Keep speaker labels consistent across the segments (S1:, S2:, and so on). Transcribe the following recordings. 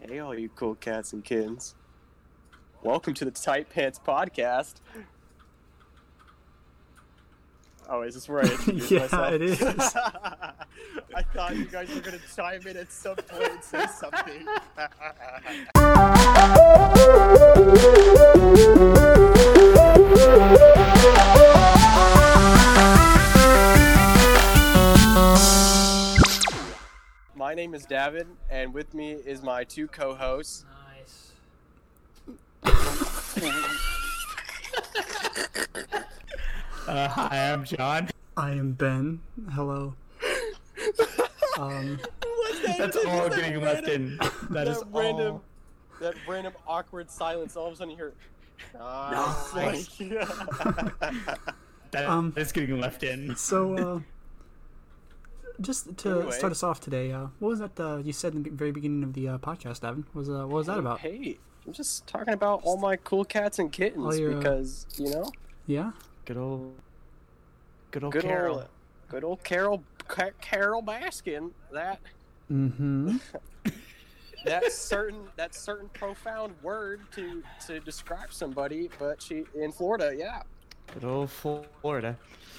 S1: Hey, all you cool cats and kittens. Welcome to the Tight Pants Podcast. Oh, is this where I introduce
S2: Yeah,
S1: myself?
S2: it is.
S1: I thought you guys were going to chime in at some point and say something. My name is David, and with me is my two co hosts.
S3: Nice.
S4: Uh, hi, I'm John.
S2: I am Ben. Hello. Um,
S4: That's all getting left in. That is
S1: that random,
S4: all.
S1: that random awkward silence. All of a sudden, you hear. "Ah, Nice.
S2: Nice.
S1: Like,
S4: That is
S2: um,
S4: getting left in.
S2: so, uh, just to
S1: Anyway.
S2: start us off today, uh, what was that uh, you said in the very beginning of the uh, podcast, Evan? Was uh, what was that about?
S1: Hey, I'm just talking about all my cool cats and kittens
S2: All your, uh,
S1: because you know,
S2: Yeah.
S4: Good old, good old
S1: good
S4: Carol.
S1: old, good old Carol, Ca- Carol Baskin. That
S2: Mm-hmm.
S1: that certain that certain profound word to to describe somebody, but she in Florida, yeah.
S4: Good old Florida.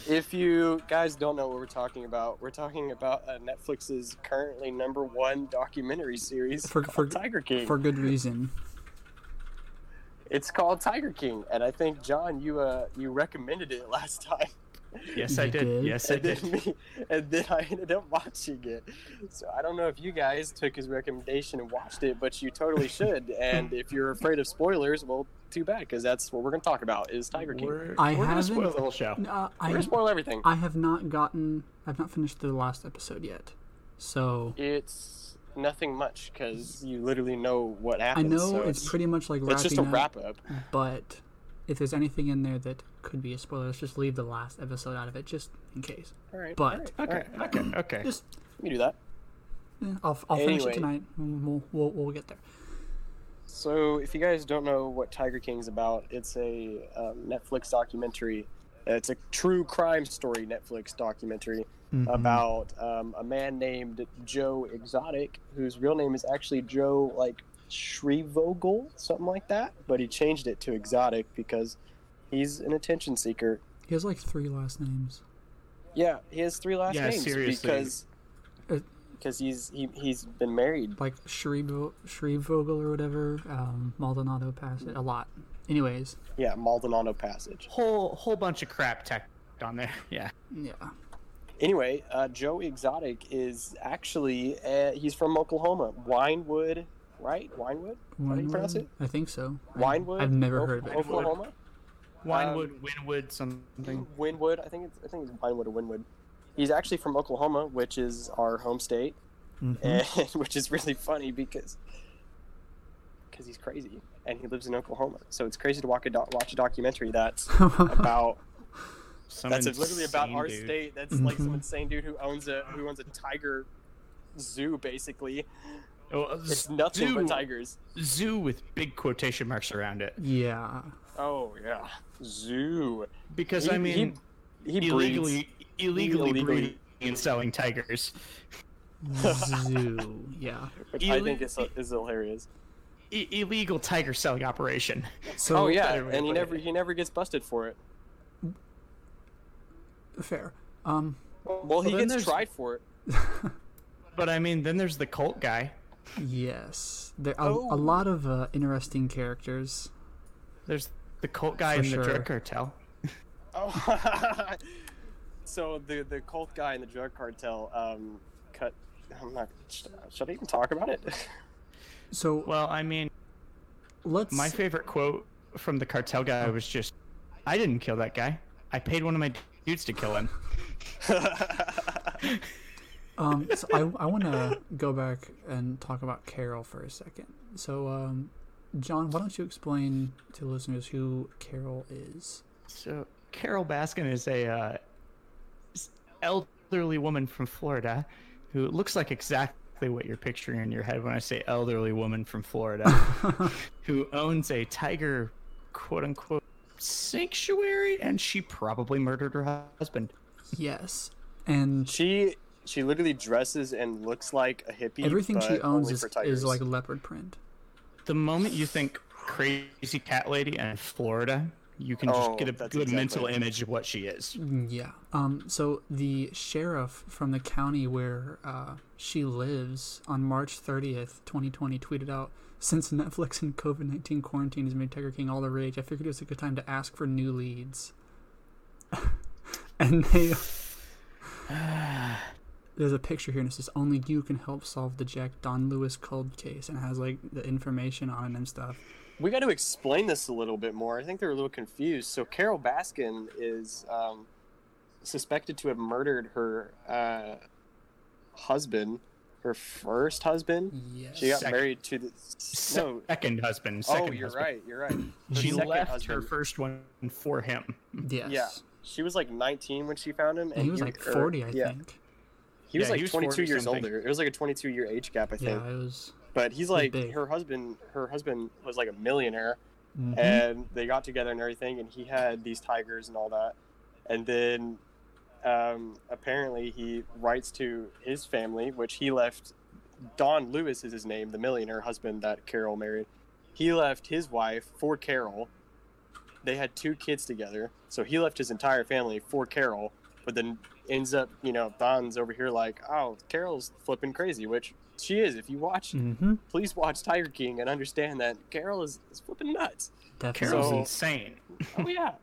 S1: If you guys don't know what we're talking about, we're talking about uh, Netflix's currently number one documentary series
S2: For-
S1: called
S2: for-
S1: Tiger King.
S2: For good reason.
S1: It's called Tiger King, and I think John, you uh, you recommended it last time.
S4: Yes, I
S2: You
S4: did.
S2: did?
S4: Yes, I
S1: and then
S4: did.
S1: me, and then I ended up watching it. So I don't know if you guys took his recommendation and watched it, but you totally should. and if you're afraid of spoilers, well, too bad, because that's what we're gonna talk about is Tiger King. We're,
S4: We're,
S2: I
S4: we're gonna
S2: haven't-
S4: spoil the whole show.
S2: Uh,
S1: gonna
S2: I
S1: spoil everything.
S2: I have not gotten. I've not finished the last episode yet. So
S1: It's nothing much because you literally know what
S2: I
S1: happens.
S2: know
S1: so
S2: it's, pretty much like wrapping
S1: It's just a
S2: up,
S1: wrap up.
S2: but if there's anything in there that could be a spoiler, let's just leave the last episode out of it, just in case.
S1: All right.
S2: But-
S1: all right, all right.
S4: Okay, okay, okay.
S2: Just
S1: you can do that.
S2: Yeah, Mm. I'll, I'll finish
S1: Anyway.
S2: it tonight. We'll, we'll, we'll get there.
S1: So, if you guys don't know what Tiger King's about, it's a um, Netflix documentary. It's a true crime story Netflix documentary
S4: Mm-hmm.
S1: about um, a man named Joe Exotic, whose real name is actually Joe like Shrevevogel, something like that. But he changed it to Exotic because he's an attention seeker.
S2: He has like three last names.
S1: Yeah, he has three last
S4: Yeah,
S1: names
S4: seriously.
S1: because
S2: Uh,
S1: because he's he, he's been married
S2: Like Shreve Vogel or whatever, um, Maldonado passed it a lot. Anyways,
S1: yeah Maldonado Passage.
S4: whole whole bunch of crap tacked on there. Yeah.
S2: yeah.
S1: Anyway, uh, Joe Exotic is actually uh, he's from Oklahoma, Winewood, right? Winewood. How do you pronounce
S2: Winewood?
S1: it?
S2: I think so. I-
S1: Winewood.
S2: I've never
S1: O-
S2: heard of it.
S4: Oklahoma.
S1: Oklahoma.
S4: Winewood,
S1: Um,
S4: Winwood, something.
S1: Winwood. I think it's I think it's Winewood or Winwood. He's actually from Oklahoma, which is our home state,
S2: Mm-hmm.
S1: and which is really funny because because he's crazy and he lives in Oklahoma. So it's crazy to walk a doc watch a documentary that's about
S4: Some
S1: that's literally about
S4: insane
S1: our
S4: dude.
S1: state. That's like
S4: Mm-hmm.
S1: some insane dude who owns a who owns a tiger zoo basically.
S4: Oh, uh,
S1: It's nothing
S4: zoo-
S1: but tigers.
S4: Zoo with big quotation marks around it.
S2: Yeah.
S1: Oh yeah, zoo.
S4: Because I mean,
S1: he, he,
S4: illegally illegally,
S1: Illegally.
S4: breeding and selling tigers.
S2: Zoo. Yeah.
S1: breeds, which I think is, uh, is hilarious.
S4: I- illegal tiger selling operation.
S2: So
S1: Oh yeah,
S4: better way to
S1: and he
S4: put it.
S1: never he never gets busted for it.
S2: fair. Um,
S1: Well, he
S4: then
S1: gets
S4: there's-
S1: tried for it.
S4: But I mean, then there's the cult guy.
S2: yes, there are
S1: Oh.
S2: a lot of uh, interesting characters.
S4: There's the cult guy
S2: For
S4: in the
S2: sure.
S4: drug cartel.
S1: Oh. so the the cult guy in the drug cartel um cut. I'm not. Should, should I even talk about it?
S2: So
S4: Well, I mean,
S2: let's.
S4: my favorite quote from the cartel guy was just, "I didn't kill that guy. I paid one of my dudes to kill him."
S2: Um, so I, I want to go back and talk about Carol for a second. So, um, John, why don't you explain to listeners who Carol is?
S4: So Carol Baskin is a uh, s- elderly woman from Florida who looks like exactly what you're picturing in your head when I say elderly woman from Florida, who owns a tiger, quote unquote, sanctuary, and she probably murdered her husband.
S2: Yes, and
S1: she she literally dresses and looks like a hippie.
S2: Everything she
S1: but
S2: owns
S1: only
S2: is,
S1: for
S2: is
S1: tigers.
S2: like leopard print.
S4: The moment you think crazy cat lady and Florida, you can just
S1: Oh,
S4: get a good
S1: that's
S4: mental
S1: exactly-
S4: image of what she is.
S2: Mm, Yeah. Um. So the sheriff from the county where uh, she lives on March 30th, 2020, tweeted out, "Since Netflix and COVID-19 quarantine has made Tiger King all the rage, I figured it was a good time to ask for new leads." and they. There's a picture here, and it says, "Only you can help solve the Jack Don Lewis cold case," and it has like the information on it and stuff.
S1: We got to explain this a little bit more. I think they're a little confused. So Carol Baskin is um, suspected to have murdered her uh, husband, her first husband.
S2: Yes.
S1: She got
S4: Second.
S1: married to the no.
S4: Second husband.
S1: Oh,
S4: Second
S1: you're
S4: husband.
S1: right. You're right. Her
S4: She
S1: second
S4: left her
S1: husband.
S4: first one for him.
S2: Yes.
S1: Yeah. She was like 19 when she found him, and
S2: And he was like 40,
S1: or-
S2: I
S1: yeah,
S2: think.
S1: He was
S4: Yeah,
S1: like
S4: he was
S1: 22
S4: 40
S1: years
S4: something.
S1: older. It was like a 22 year age gap, I think.
S2: Yeah, it was.
S1: But he's like
S2: big.
S1: her husband. Her husband was like a millionaire,
S4: Mm-hmm.
S2: Mhm.
S1: and they got together and everything, and he had these tigers and all that. And then, um, apparently, he writes to his family, which he left. Don Lewis is his name, the millionaire husband that Carol married. He left his wife for Carol. They had two kids together, so he left his entire family for Carol. But then ends up, you know, Don's over here like, oh, Carol's flipping crazy, which she is. If you watch
S2: Mm-hmm.
S1: please watch Tiger King and understand that Carol is, is flipping nuts.
S4: Carol's
S1: So-
S4: insane.
S1: Oh yeah.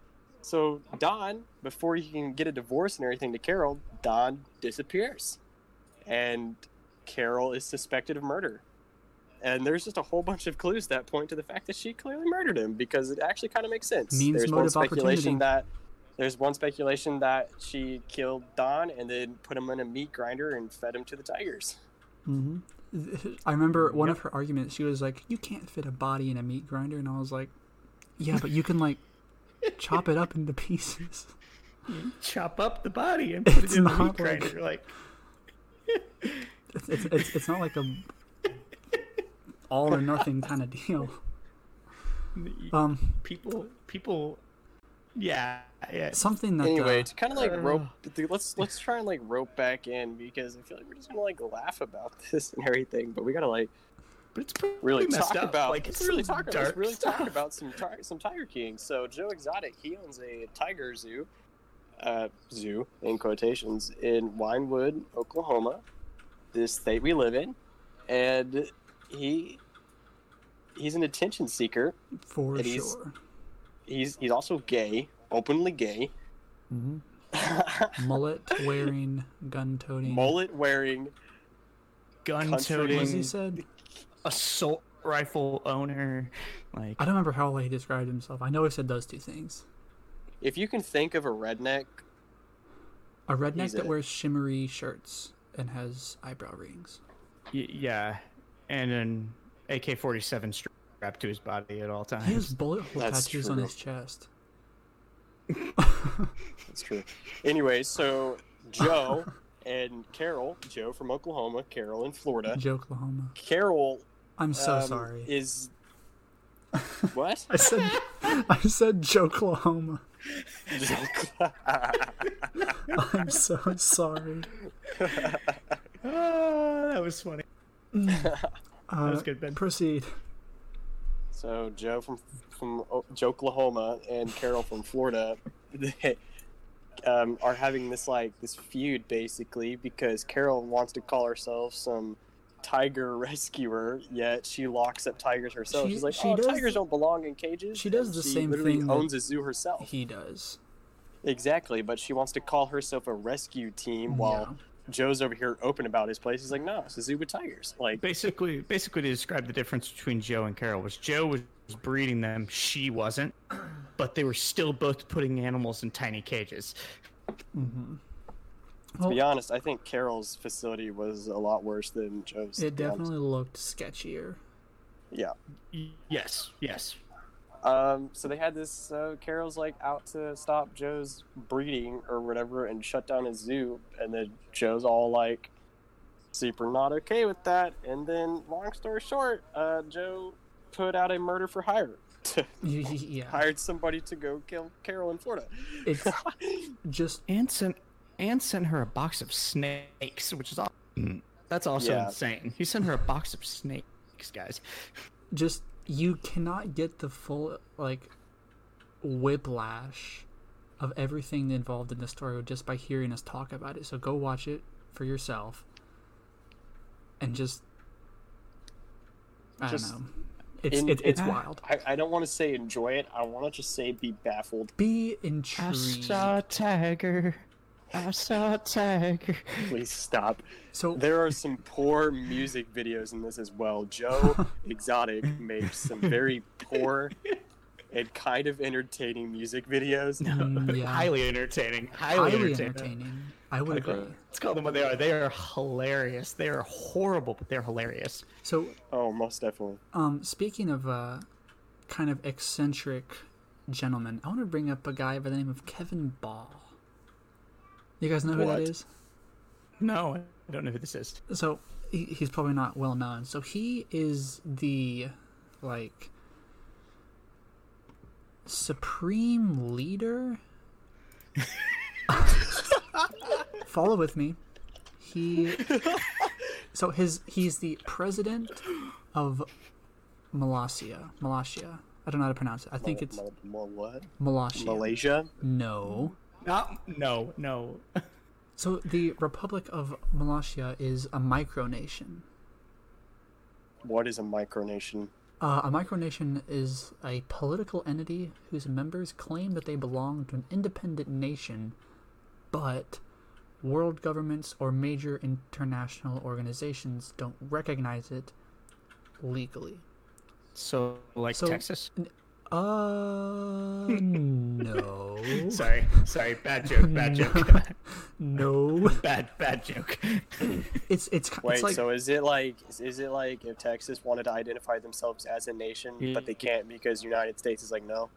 S1: So Don, before he can get a divorce and everything to Carol, Don disappears, and Carol is suspected of murder. And there's just a whole bunch of clues that point to the fact that she clearly murdered him because it actually kind of makes sense.
S2: Means
S1: there's one
S2: motive opportunity.
S1: speculation that there's one speculation that she killed Don and then put him in a meat grinder and fed him to the tigers.
S2: hmm I remember one of her arguments. She was like, "You can't fit a body in a meat grinder," and I was like, "Yeah, but you can like chop it up into pieces."
S4: Chop up the body and put
S2: It's
S4: it in the
S2: not
S4: meat
S2: like-
S4: grinder. Like,
S2: It's it's, it's, it's not like a all or nothing kind of deal. Um,
S4: people, people. Yeah, yeah.
S2: something that
S1: anyway,
S2: uh,
S1: to kind of like rope,
S4: uh,
S1: dude, let's let's try and like rope back in because I feel like we're just gonna like laugh about this and everything, but we gotta like
S4: But it's pretty
S1: really
S4: messed
S1: talk
S4: up.
S1: about
S4: like
S1: let's
S4: it's
S1: really
S4: some
S1: talk about
S4: dark
S1: let's really talk
S4: stuff.
S1: about some ti- some Tiger King. So Joe Exotic he owns a tiger zoo, uh, zoo in quotations in Winewood, Oklahoma, this state we live in, and he he's an attention seeker.
S2: for
S1: it is-
S2: sure.
S1: He's he's also gay, openly gay.
S4: Mm-hmm.
S2: Mullet wearing, gun toting.
S1: Mullet wearing
S4: gun
S1: Country
S2: As he
S4: toting,
S2: said,
S4: assault rifle owner. Like,
S2: I don't remember how he described himself. I know he said those two things.
S1: If you can think of a redneck,
S2: A redneck
S1: He's
S2: that
S1: it.
S2: wears shimmery shirts and has eyebrow rings.
S4: y- yeah, and an AK forty seven strapped to his body at all times.
S2: He has bullet hole
S1: That's
S2: tattoos on
S1: true.
S2: his chest.
S1: that's true. Anyway, so Joe and Carol, Joe from Oklahoma, Carol in Florida.
S2: Joe Oklahoma.
S1: Carol,
S2: I'm so
S1: um,
S2: sorry.
S1: is what?
S2: I said I said Joe Oklahoma. I'm so sorry.
S4: Ah, that was funny.
S2: Uh,
S4: was good, Ben.
S2: Proceed.
S1: so Joe from from O- Joe Oklahoma and Carol from Florida. They, um, are having this like this feud basically because Carol wants to call herself some tiger rescuer, yet she locks up tigers herself.
S2: She-
S1: She's like,
S2: she
S1: "Oh,
S2: does-
S1: tigers don't belong in cages."
S2: she does
S1: and
S2: the
S1: she
S2: same
S1: literally
S2: thing that-
S1: Owns a zoo herself.
S2: He does.
S1: Exactly, but she wants to call herself a rescue team while Joe's over here open about his place. He's like, "No, it's a zoo with tigers." Like,
S4: Basically, basically to describe the difference between Joe and Carol was Joe was breeding them, she wasn't, but they were still both putting animals in tiny cages.
S1: to be
S2: Well,
S1: honest, I think Carol's facility was a lot worse than Joe's. to
S2: it
S1: be honest.
S2: definitely looked sketchier.
S1: yeah.
S4: Y- Yes, yes.
S1: Um, so they had this. Uh, Carol's like out to stop Joe's breeding or whatever and shut down his zoo, and then Joe's all like, super not okay with that. And then, long story short, uh, Joe put out a murder for hire.
S2: yeah.
S1: Hired somebody to go kill Carol in Florida.
S2: It's just
S4: And sent and sent her a box of snakes, which is all. That's also
S1: Yeah.
S4: insane. He sent her a box of snakes, guys.
S2: just you cannot get the full like whiplash of everything involved in the story just by hearing us talk about it. So go watch it for yourself, and just I
S1: Just
S2: don't know. It's
S1: in-
S2: it, it's
S1: in-
S2: wild.
S1: I, I don't want to say enjoy it. I want to just say be baffled.
S2: Be
S4: I
S2: intrigued.
S4: saw a tiger. I saw a tiger.
S1: Please stop.
S2: So
S1: There are some poor music videos in this as well. Joe Exotic makes some very poor and kind of entertaining music videos.
S2: mm, yeah, highly,
S4: Highly entertaining. Highly,
S2: entertaining.
S4: entertaining.
S2: I would agree.
S4: Let's call them what they are. They are hilarious. They are horrible, but they're hilarious.
S2: So
S1: Oh, most definitely.
S2: Um, speaking of uh, kind of eccentric gentlemen, I want to bring up a guy by the name of Kevin Ball. You guys know who
S1: What?
S2: that is?
S4: No, I don't know who this is.
S2: So he, he's probably not well known. So he is the like supreme leader. Follow with me. He so his he's the president of Malasia. Malasia. I don't know how to pronounce it. I think it's
S1: Mal- mal- what?
S2: Malasia.
S1: Malaysia?
S2: no.
S4: No, no, no.
S2: So the Republic of Malasia is a micronation.
S1: What is a micronation?
S2: Uh, a micronation is a political entity whose members claim that they belong to an independent nation, but world governments or major international organizations don't recognize it legally.
S4: So, like
S2: So-
S4: Texas.
S2: Uh, no.
S4: Sorry, sorry. Bad joke. Bad joke.
S2: no.
S4: bad, bad joke.
S2: It's it's ki-
S1: Wait,
S2: it's like
S1: so is it like is, is it like if Texas wanted to identify themselves as a nation, but they can't because United States is like no?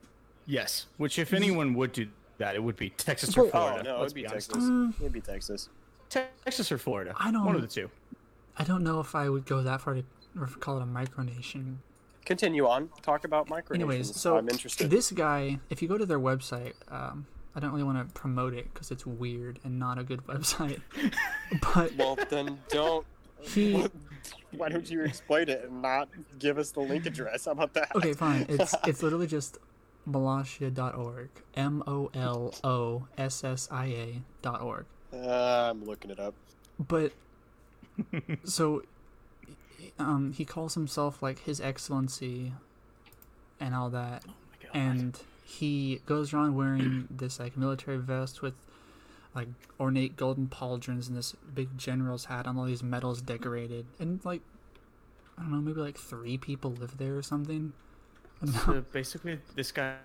S4: Yes. Which, if anyone would do that, it would be Texas
S2: Well-
S4: or
S2: Oh,
S1: Oh
S4: Florida.
S1: no,
S4: let's
S1: it'd be,
S4: honest.
S1: Texas.
S2: Mm.
S1: It'd be Texas.
S4: Texas or Florida.
S2: I don't-
S4: One of the two.
S2: I don't know if I would go that far to or call it a micronation,
S1: Continue on. Talk about micronations.
S2: Anyways, so
S1: I'm interested.
S2: this guy, if you go to their website, um, I don't really want to promote it because it's weird and not a good website. but
S1: well, then don't.
S2: he,
S1: Why don't you explain it and not give us the link address? How about that?
S2: okay, fine. It's it's literally just molosia.org, M O L O S S I A dot org.
S1: Uh, I'm looking it up.
S2: But so, um, he calls himself like His Excellency, and all that.
S4: Oh my God.
S2: and he goes around wearing this like military vest with like ornate golden pauldrons and this big general's hat and all these medals decorated and like i don't know maybe like three people live there or something
S4: So basically, this guy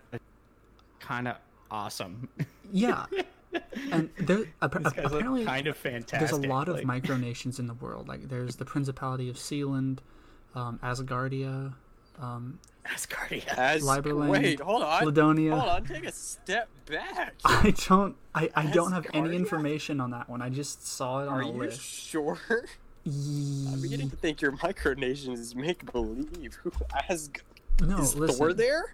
S4: kind of awesome.
S2: yeah and there appa-
S4: This guy's
S2: apparently
S4: kind of fantastic.
S2: there's a lot of
S4: like-
S2: micronations in the world like there's the principality of sealand um, asgardia um,
S4: Asgardia.
S1: As
S2: Liberland,
S1: wait, hold on,
S2: Ladonia.
S1: hold on, take a step back.
S2: i don't i, I don't have
S1: Asgardia?
S2: any information on that one i just saw it on
S1: Are
S2: a
S1: you
S2: list
S1: sure? I'm beginning to think your micronations is make believe. Who as
S2: no
S1: is
S2: listen
S1: Thor there?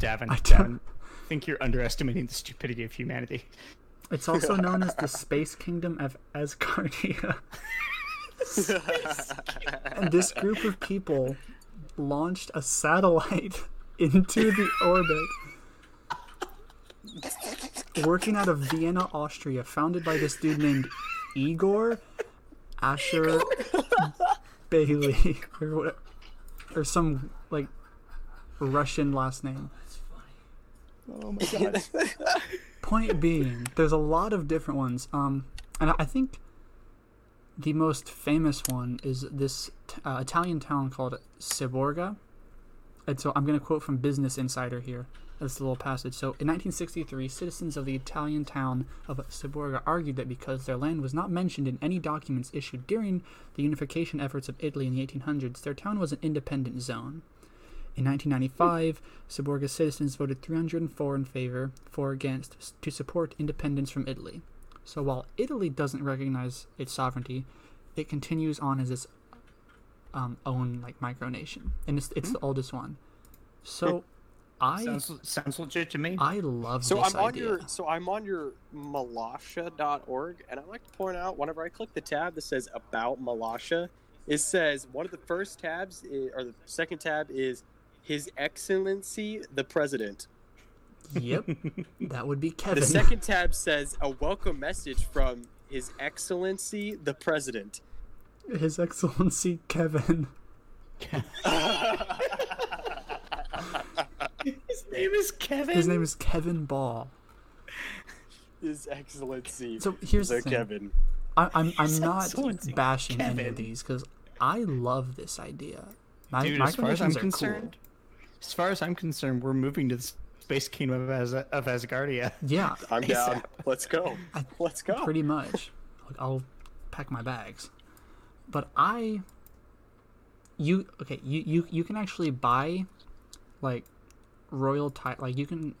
S4: Davin,
S2: I
S4: I
S2: don't-
S4: Davin, I think you're underestimating the stupidity of humanity.
S2: It's also known as the Space Kingdom of Asgardia. And this group of people launched a satellite into the orbit working out of Vienna, Austria, founded by this dude named Igor Asher Bailey or whatever, or some like Russian last name.
S4: Oh my god.
S2: Point being, there's a lot of different ones. Um, and I- I think the most famous one is this t- uh, Italian town called Seborga. And so I'm going to quote from Business Insider here. This little passage. So, in 1963, citizens of the Italian town of Seborga argued that because their land was not mentioned in any documents issued during the unification efforts of Italy in the 1800s, their town was an independent zone. In 1995, Seborga citizens voted 304 in favor, 4 against, s- to support independence from Italy. So while Italy doesn't recognize its sovereignty, it continues on as its
S1: Hmm.
S2: um, own like micronation, and it's, it's the oldest one. So I
S4: Sounds sounds legit to me.
S2: I love
S1: So
S2: this
S1: I'm on
S2: idea.
S1: your so I'm on your Malasha.org, and I like to point out whenever I click the tab that says about Malasha, it says one of the first tabs i or the second tab is His Excellency the President.
S2: Yep, that would be Kevin.
S1: The second tab says a welcome message from His Excellency the President.
S2: His Excellency Kevin.
S4: His name is Kevin.
S2: His name is Kevin Ball.
S1: His Excellency
S2: So here's
S1: the
S2: the thing.
S1: Kevin.
S2: I, I'm I'm not
S4: Excellency
S2: bashing any
S4: Kevin.
S2: of these because I love this idea. My,
S4: Dude,
S2: my
S4: as far as I'm
S2: conditions are
S4: concerned, as far as I'm concerned, we're moving to the space kingdom of, Az- of Asgardia.
S2: cool. Yeah,
S1: I'm down.
S4: ASAP.
S1: Let's go. Let's go.
S2: pretty much. Like, I'll pack my bags. But I you okay, you you, you can actually buy like royal title like you can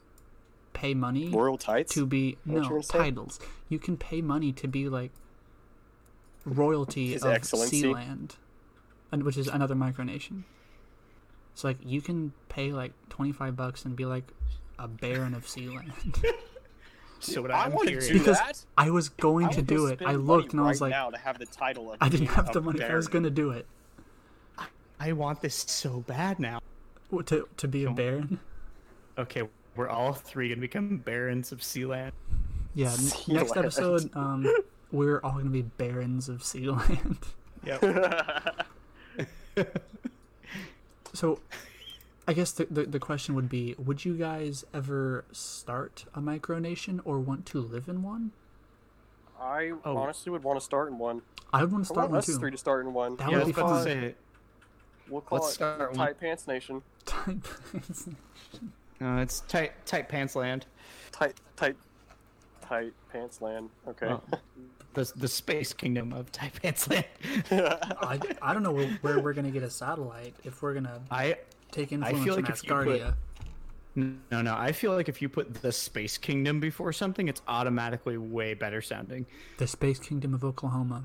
S2: pay money
S1: Royal tights.
S2: to be
S1: what you
S2: no
S1: were saying?
S2: titles. You can pay money to be like royalty
S1: His
S2: of
S1: Excellency.
S2: Sealand, and which is another micronation. So like you can pay like twenty five bucks and be like a baron of Sealand.
S4: So what
S1: I
S4: I'm
S1: want to
S4: curious-
S1: do
S2: Because
S1: that.
S2: I was going
S1: I
S2: to
S1: would
S2: do
S1: go
S2: it.
S1: spend
S2: I
S1: money
S2: looked and I was
S1: right
S2: like,
S1: now to have the title of
S2: I didn't
S1: being
S2: have the
S1: a
S2: money. but I was
S1: baron.
S2: going to do it
S4: I want this so bad now.
S2: W- to to be a baron.
S4: Okay, we're all three gonna become barons of Sealand.
S2: Yeah. n- Next
S1: Sealand.
S2: episode, um, we're all going to be barons of Sealand.
S4: Yep.
S2: So, I guess the, the the question would be: Would you guys ever start a micronation or want to live in one?
S1: I
S4: Oh.
S1: honestly would want to start in one.
S2: I would want to
S1: I
S2: start
S1: want
S2: one
S1: us
S2: too.
S1: three to start in one.
S2: That
S4: yeah, I
S2: would
S4: was
S2: be
S4: about
S2: fun.
S4: to say.
S1: We'll call
S4: Let's
S1: it
S4: start
S1: Tight
S4: one.
S1: Pants Nation.
S2: Type-
S4: Uh, it's tight, tight pants land.
S1: Tight, tight, tight pants land. Okay.
S4: Oh. The the space kingdom of tight pants land.
S2: I, I don't know where, where we're gonna get a satellite if we're gonna
S4: I
S2: take influence
S4: feel
S2: from
S4: like if you put-
S2: Asgardia.
S4: no no. I feel like if you put the space kingdom before something, it's automatically way better sounding.
S2: The space kingdom of Oklahoma.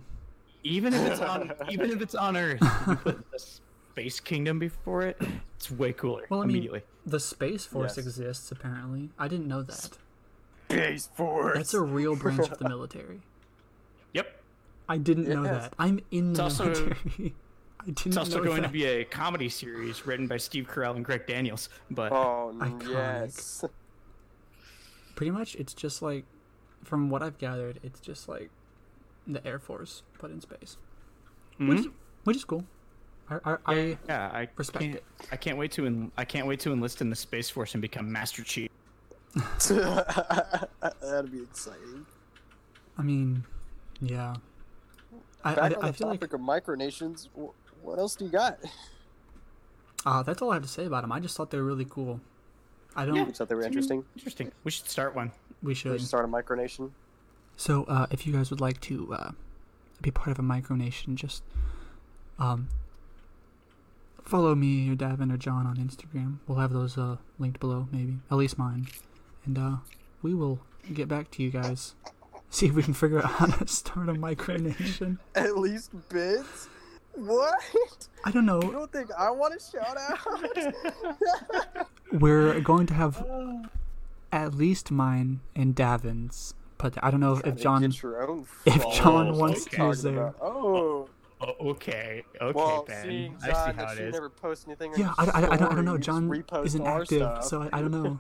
S4: Even if it's on even if it's on Earth, if you put the space kingdom before it. It's way cooler.
S2: Well, I mean,
S4: immediately.
S2: the space force
S1: Yes.
S2: exists apparently. I didn't know that.
S1: Base Force.
S2: That's a real branch of the military.
S4: Yep.
S2: I didn't know
S1: Yes.
S2: that. I'm in the
S4: also-
S2: military. I didn't
S4: It's also
S2: know
S4: going
S2: that.
S4: to be a comedy series written by Steve Carell and Greg Daniels. But
S1: Oh
S2: Iconic.
S1: yes.
S2: pretty much it's just like from what i've gathered it's just like the air force but in space
S1: Mm-hmm.
S2: which, is, which is cool i, I, I
S4: yeah, I
S2: Respect
S4: can't,
S2: it.
S4: I can't wait to en- I can't wait to enlist in the space force and become Master Chief.
S1: That'd be exciting.
S2: i mean yeah i,
S1: Back
S2: I,
S1: on
S2: I
S1: the
S2: feel like
S1: topic of micronations, wh- what else do you got?
S2: uh, that's all i have to say about them i just thought they were really cool i don't
S1: You thought they were interesting.
S4: Interesting. We should start one.
S2: we
S1: We
S2: should
S1: should start a micronation.
S2: So, uh, if you guys would like to uh, be part of a micronation, just um, follow me or Davin or John on Instagram. We'll have those uh, linked below, maybe at least mine, and uh, we will get back to you guys. See if we can figure out how to start a micronation.
S1: At least bids. What?
S2: I don't
S1: You
S2: know.
S1: don't think I want to shout out?
S2: We're going to have at least mine and Davin's, but I don't know if John.
S1: Get your own
S2: if
S1: followers.
S2: John
S1: What
S2: wants
S1: are you
S2: to use
S1: talking
S2: their-
S1: about? Oh.
S4: Oh, okay. Okay,
S1: Well,
S4: Ben.
S1: seeing
S4: I see
S1: John
S4: how
S1: that
S4: it
S1: you
S4: is.
S1: never post anything. on
S2: Yeah, I,
S1: your
S2: I, I don't, I
S1: story,
S2: don't know.
S1: you just
S2: John
S1: repost
S2: isn't
S1: our
S2: active,
S1: stuff.
S2: so I, I don't know.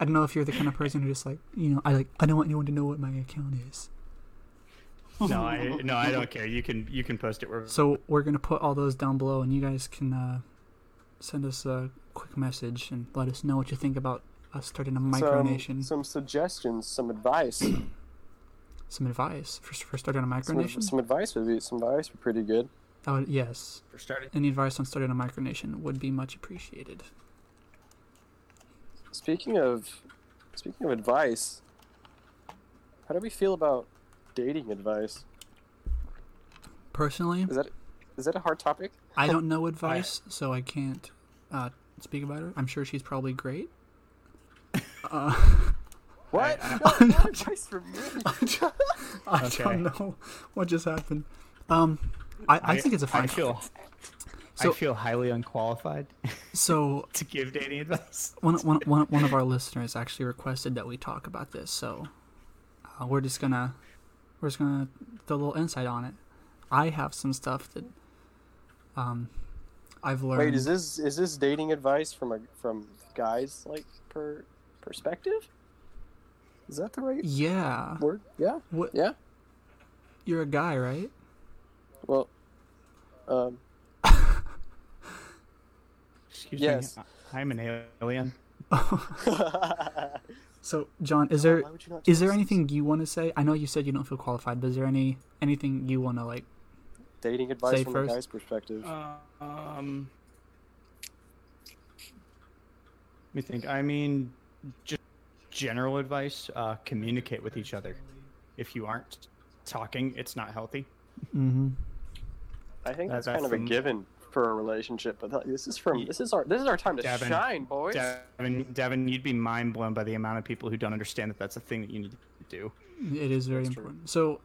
S2: I don't know if you're the kind of person who just like you know I like I don't want anyone to know what my account is.
S4: No, I no, I don't care. You can you can post it wherever.
S2: So we're gonna put all those down below, and you guys can uh, send us a quick message and let us know what you think about us starting a
S1: some,
S2: micronation. Some,
S1: some suggestions, some advice. Some-
S2: advice for, for starting a
S1: some,
S2: micronation.
S1: advice would be some advice would be pretty good.
S2: oh yes,
S4: We're starting.
S2: any advice on starting a micronation would be much appreciated.
S1: Speaking of speaking of advice, how do we feel about dating advice?
S2: Personally,
S1: Is that is that a hard topic?
S2: I don't know advice, so I can't uh, speak about her. I'm sure she's probably great.
S1: What? No, not advice from me.
S2: I
S4: Okay.
S2: don't know what just happened. Um, I, I, think it's a fun.
S4: I feel.
S2: So-
S4: I feel highly unqualified.
S2: So
S4: to give dating advice.
S2: one, one, one, one of our listeners actually requested that we talk about this, so uh, we're just gonna we're just gonna throw a little insight on it. I have some stuff that um I've learned.
S1: Wait, is this is this dating advice from a from guys like per perspective? Is that the right
S2: yeah,
S1: word? Yeah.
S2: What-
S1: Yeah.
S2: you're a guy, right?
S1: Well. Um,
S4: Excuse
S1: Yes.
S4: me. I- I'm an alien.
S2: So, John, is there
S1: why would you not
S2: is there
S1: just-
S2: anything you want to say? I know you said you don't feel qualified, but is there any anything you want to like?
S1: dating advice
S2: Say
S1: from
S2: first.
S1: a guy's perspective.
S4: Um, let me think. I mean, just general advice: uh, communicate with each other. If you aren't talking, it's not healthy.
S2: Mm-hmm.
S1: I think
S4: that-
S1: that's,
S4: that's
S1: kind of a
S4: from-
S1: given for a relationship, but that- this is from this is our this is our time to
S4: Devin.
S1: shine, boys.
S4: Devin, Devin, you'd be mind blown by the amount of people who don't understand that that's a thing that you need to do.
S2: It is very
S1: That's true.
S2: important. So,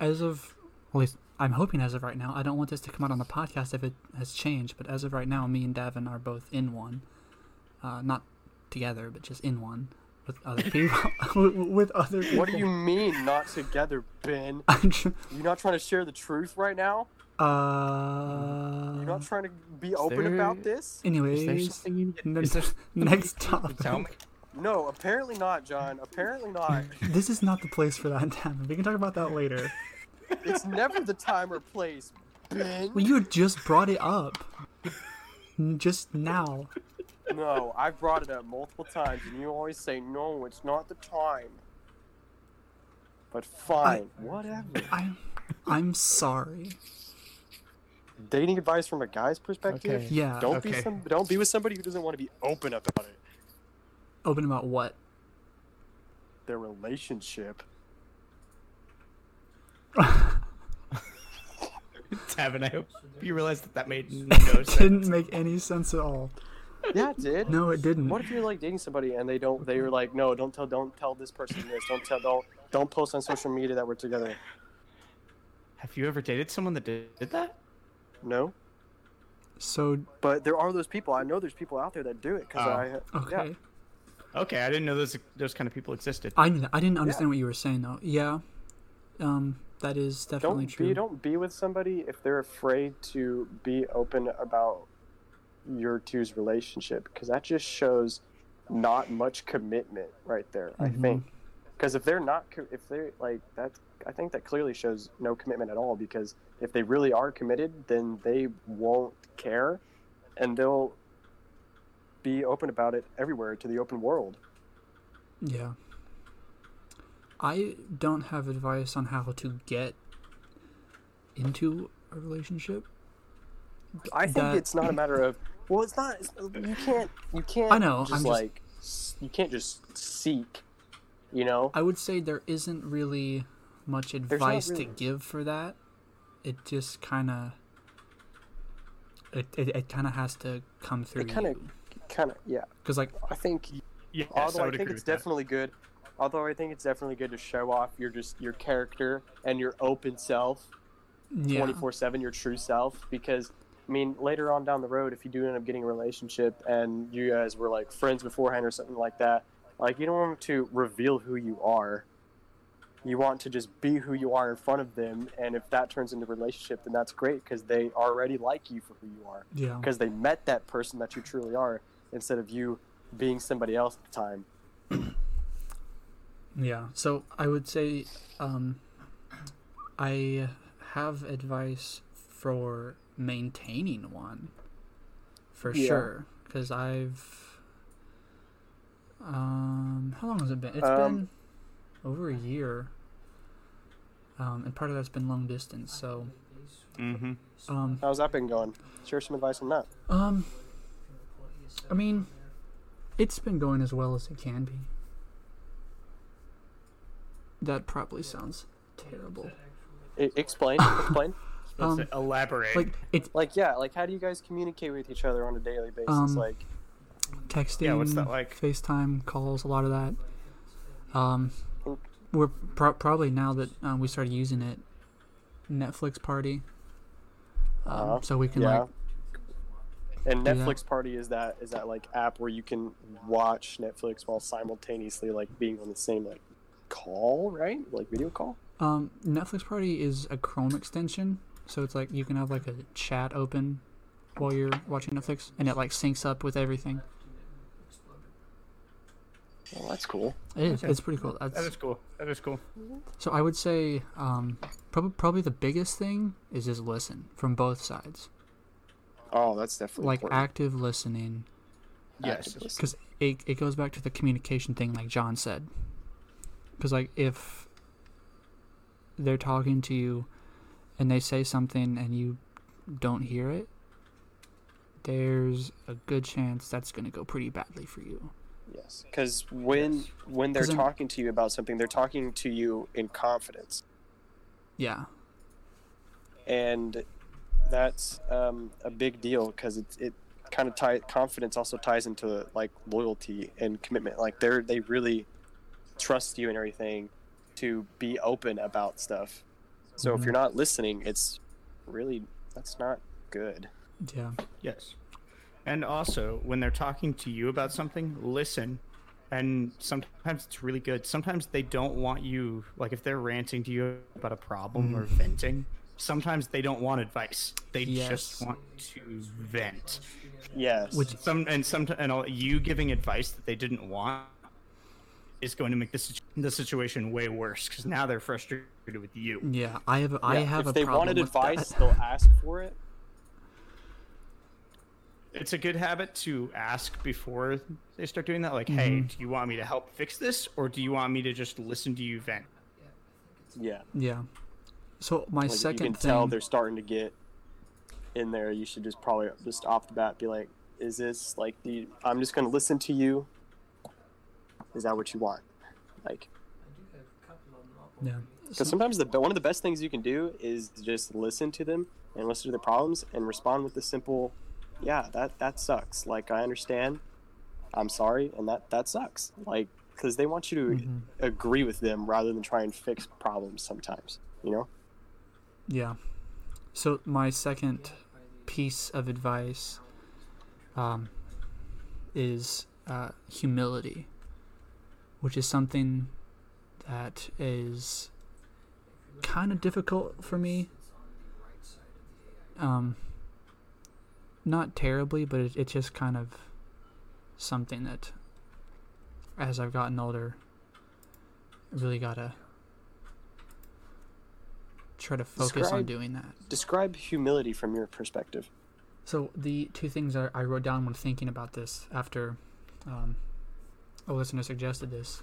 S2: as of well, at least I'm hoping as of right now, I don't want this to come out on the podcast if it has changed. But as of right now, me and Davin are both in one, uh, not together, but just in one with other people. with- with other people.
S1: What do you mean not together, Ben?
S2: I'm tr-
S1: You not trying to share the truth right now?
S2: uh,
S1: You not trying to be open
S4: there-
S1: about this?
S2: anyways,
S4: you
S2: n- next topic.
S4: tell me?
S1: No, apparently not, John. Apparently not.
S2: This is not the place for that, Davin. We can talk about that later.
S1: it's never the time or place, Ben.
S2: Well, you just brought it up. Just now.
S1: No, I've brought it up multiple times, and you always say no, it's not the time. But fine, whatever.
S2: I'm, I'm sorry.
S1: Dating advice from a guy's perspective.
S4: Okay.
S2: Yeah.
S1: Don't be
S4: Okay.
S1: some. Don't be with somebody who doesn't want to be open about it.
S2: Open about what?
S1: Their relationship.
S4: Devin, I hope you realize that that made no sense.
S2: Didn't make any sense at all.
S1: Yeah, it did.
S2: No, it didn't.
S1: What if you're like dating somebody and they don't? They were like, no, don't tell, don't tell this person this. Don't tell, don't, don't post on social media that we're together.
S4: Have you ever dated someone that did did that?
S1: No.
S2: So
S1: But there are those people. I know there's people out there that do it because I.
S2: Oh, okay,
S1: Yeah.
S4: Okay, I didn't know those those kind of people existed.
S1: Uh,
S2: I knew that. I didn't understand what you were saying though. Yeah, um, that is
S1: Don't
S2: definitely
S1: be
S2: true.
S1: don't be with somebody if they're afraid to be open about your two's relationship because that just shows not much commitment right there.
S2: Mm-hmm.
S1: I think because if they're not co- if they're like that, I think that clearly shows no commitment at all. Because if they really are committed, then they won't care, and they'll be open about it everywhere to the open world.
S2: Yeah. I don't have advice on how to get into a relationship.
S1: I think
S2: that-
S1: it's not a matter of well, it's not. It's, you can't. You can't.
S2: I know,
S1: Just
S2: I'm just-
S1: like s- you can't just seek. You know.
S2: I would say there isn't really much
S1: not
S2: advice
S1: really-
S2: to give for that. It just kind of it, it, it kind of has to come through
S1: It kind of, kind of. Yeah.
S2: because like
S1: I think.
S4: Yes,
S1: although I,
S4: would
S1: think
S4: agree
S1: it's
S4: with that.
S1: definitely good. Although I think it's definitely good to show off your just your character and your open self,
S2: yeah
S1: twenty four seven, your true self. Because I mean, later on down the road, if you do end up getting a relationship and you guys were like friends beforehand or something like that, like you don't want to reveal who you are. You want to just be who you are in front of them, and if that turns into a relationship, then that's great because they already like you for who you are
S2: yeah
S1: because they met that person that you truly are instead of you being somebody else at the time.
S2: Yeah. So I would say um, I have advice for maintaining one for
S1: Yeah.
S2: sure because I've um how long has it been? It's
S1: Um,
S2: been over a year. Um, and part of that's been long distance, so
S4: Mhm.
S2: um,
S1: How's that been going? Share some advice on that.
S2: um, I mean, it's been going as well as it can be. That probably sounds terrible.
S1: I- explain, explain.
S4: Let's
S2: Um,
S4: elaborate.
S2: Like it
S1: Like, yeah, like how do you guys communicate with each other on a daily basis?
S2: Um,
S1: like,
S2: texting,
S4: Yeah, what's that like?
S2: FaceTime calls, a lot of that. Um, we're pro- probably now that um, we started using it, Netflix party. Um,
S1: Uh,
S2: so we can
S1: yeah,
S2: like
S1: And Netflix Party is that is that like app where you can watch Netflix while simultaneously like being on the same like call, right? Like video call.
S2: Um, Netflix Party is a Chrome extension, so it's like you can have like a chat open while you're watching Netflix, and it like syncs up with everything.
S1: Well, Oh, that's cool.
S2: It is. It's pretty cool.
S4: That
S2: That's,
S4: is cool. That is cool.
S2: so I would say um, prob- probably the biggest thing is just listen from both sides,
S1: Oh, that's definitely
S2: like
S1: important.
S2: active listening,
S4: Yes.
S1: Activist.
S2: because it, it goes back to the communication thing, like John said. Because like if they're talking to you, and they say something and you don't hear it, there's a good chance that's gonna go pretty badly for you.
S1: Yes, because when when they're
S2: 'Cause I'm-
S1: talking to you about something, they're talking to you in confidence,
S2: Yeah.
S1: and that's um, a big deal because it it kind of tie confidence also ties into like loyalty and commitment. Like they're they really trust you and everything to be open about stuff. So
S2: Mm-hmm.
S1: if you're not listening, it's really that's not good.
S2: Yeah.
S4: Yes. And also, when they're talking to you about something, listen. And sometimes it's really good. Sometimes they don't want you, like if they're ranting to you about a problem
S2: Mm.
S4: or venting, sometimes they don't want advice. They
S2: Yes.
S4: just want to vent.
S1: Yes.
S2: Which-
S4: Some and some and all, you giving advice that they didn't want is going to make the, situ- the situation way worse because now they're frustrated with you.
S2: Yeah. I have I
S1: Yeah,
S2: have
S1: if
S2: a
S1: they
S2: problem
S1: wanted
S2: with that.
S1: advice, they'll ask for it.
S4: it's a good habit to ask before they start doing that like hey
S2: Mm-hmm.
S4: do you want me to help fix this or do you want me to just listen to you vent
S1: Yeah.
S2: Yeah. So my
S1: Like, if
S2: second
S1: you can
S2: thing.
S1: tell they're starting to get in there you should just probably just off the bat be like is this like the i'm just going to listen to you is that what you want like
S2: yeah.
S1: because sometimes the one of the best things you can do is just listen to them and listen to their problems and respond with the simple yeah that that sucks like i understand i'm sorry and that that sucks like because they want you to
S2: Mm-hmm.
S1: agree with them rather than try and fix problems sometimes you know
S2: Yeah. So my second piece of advice um, is uh, humility, which is something that is kind of difficult for me. Um, not terribly, but it, it's just kind of something that, as I've gotten older, I really gotta try to focus on
S1: Describe-
S2: doing that.
S1: describe humility from your perspective
S2: So the two things I, I wrote down when thinking about this after um, a listener suggested this,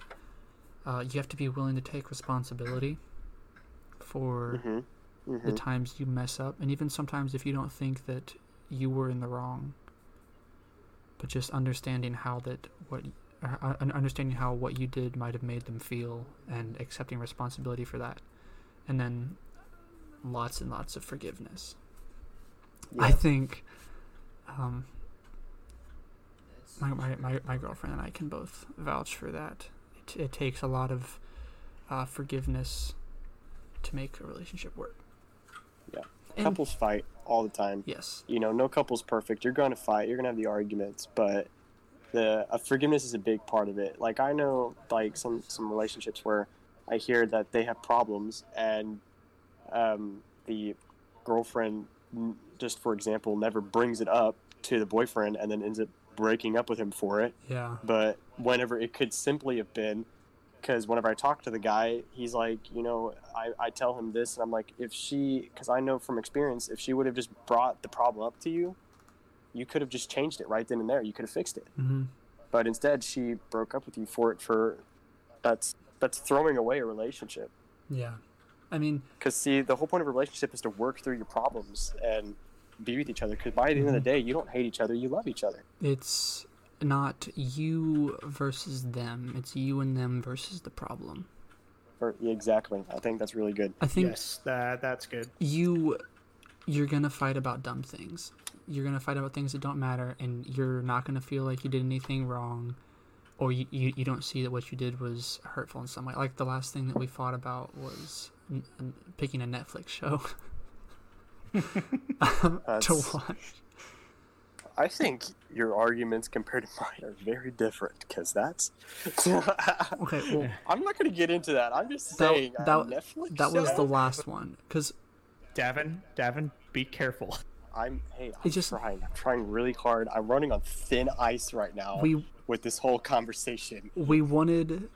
S2: uh, you have to be willing to take responsibility for the times you mess up, and even sometimes if you don't think that you were in the wrong, but just understanding how that what or, uh, un- understanding how what you did might have made them feel and accepting responsibility for that, and then lots and lots of forgiveness. I
S1: Yeah.
S2: think um, my, my, my, my girlfriend and I can both vouch for that. It, it takes a lot of uh, forgiveness to make a relationship work.
S1: Yeah.
S2: And-
S1: couples fight all the time.
S2: Yes.
S1: You know, no couple's perfect. You're going to fight. You're going to have the arguments, but the uh, forgiveness is a big part of it. Like I know, like some some relationships where I hear that they have problems, and um, the girlfriend, n- just for example, never brings it up to the boyfriend, and then ends up breaking up with him for it
S2: Yeah.
S1: but whenever it could simply have been because whenever i talk to the guy he's like you know i, I tell him this and i'm like if she because i know from experience if she would have just brought the problem up to you you could have just changed it right then and there you could have fixed it
S2: hmm
S1: but instead she broke up with you for it for that's that's throwing away a relationship
S2: Yeah. I mean,
S1: because see the whole point of a relationship is to work through your problems and be with each other because by the end of the day you don't hate each other you love each other
S2: it's not you versus them, it's you and them versus the problem.
S1: Or- exactly i think that's really good
S2: I think
S4: yes that that's good
S2: you you're gonna fight about dumb things you're gonna fight about things that don't matter and you're not gonna feel like you did anything wrong or you, you, you don't see that what you did was hurtful in some way like the last thing that we fought about was n- n- picking a netflix show
S1: That's-
S2: to watch
S1: I think your arguments compared to mine are very different because that's.
S2: Okay, well,
S1: I'm not going to get into that. I'm just
S2: That-
S1: saying uh,
S2: that-
S1: Netflix.
S2: that was
S1: uh,
S2: the last one because
S4: Davin, Davin, be careful.
S1: I'm hey,
S2: It
S1: I'm
S2: just-
S1: trying. I'm trying really hard. I'm running on thin ice right now
S2: We-
S1: with this whole conversation.
S2: we wanted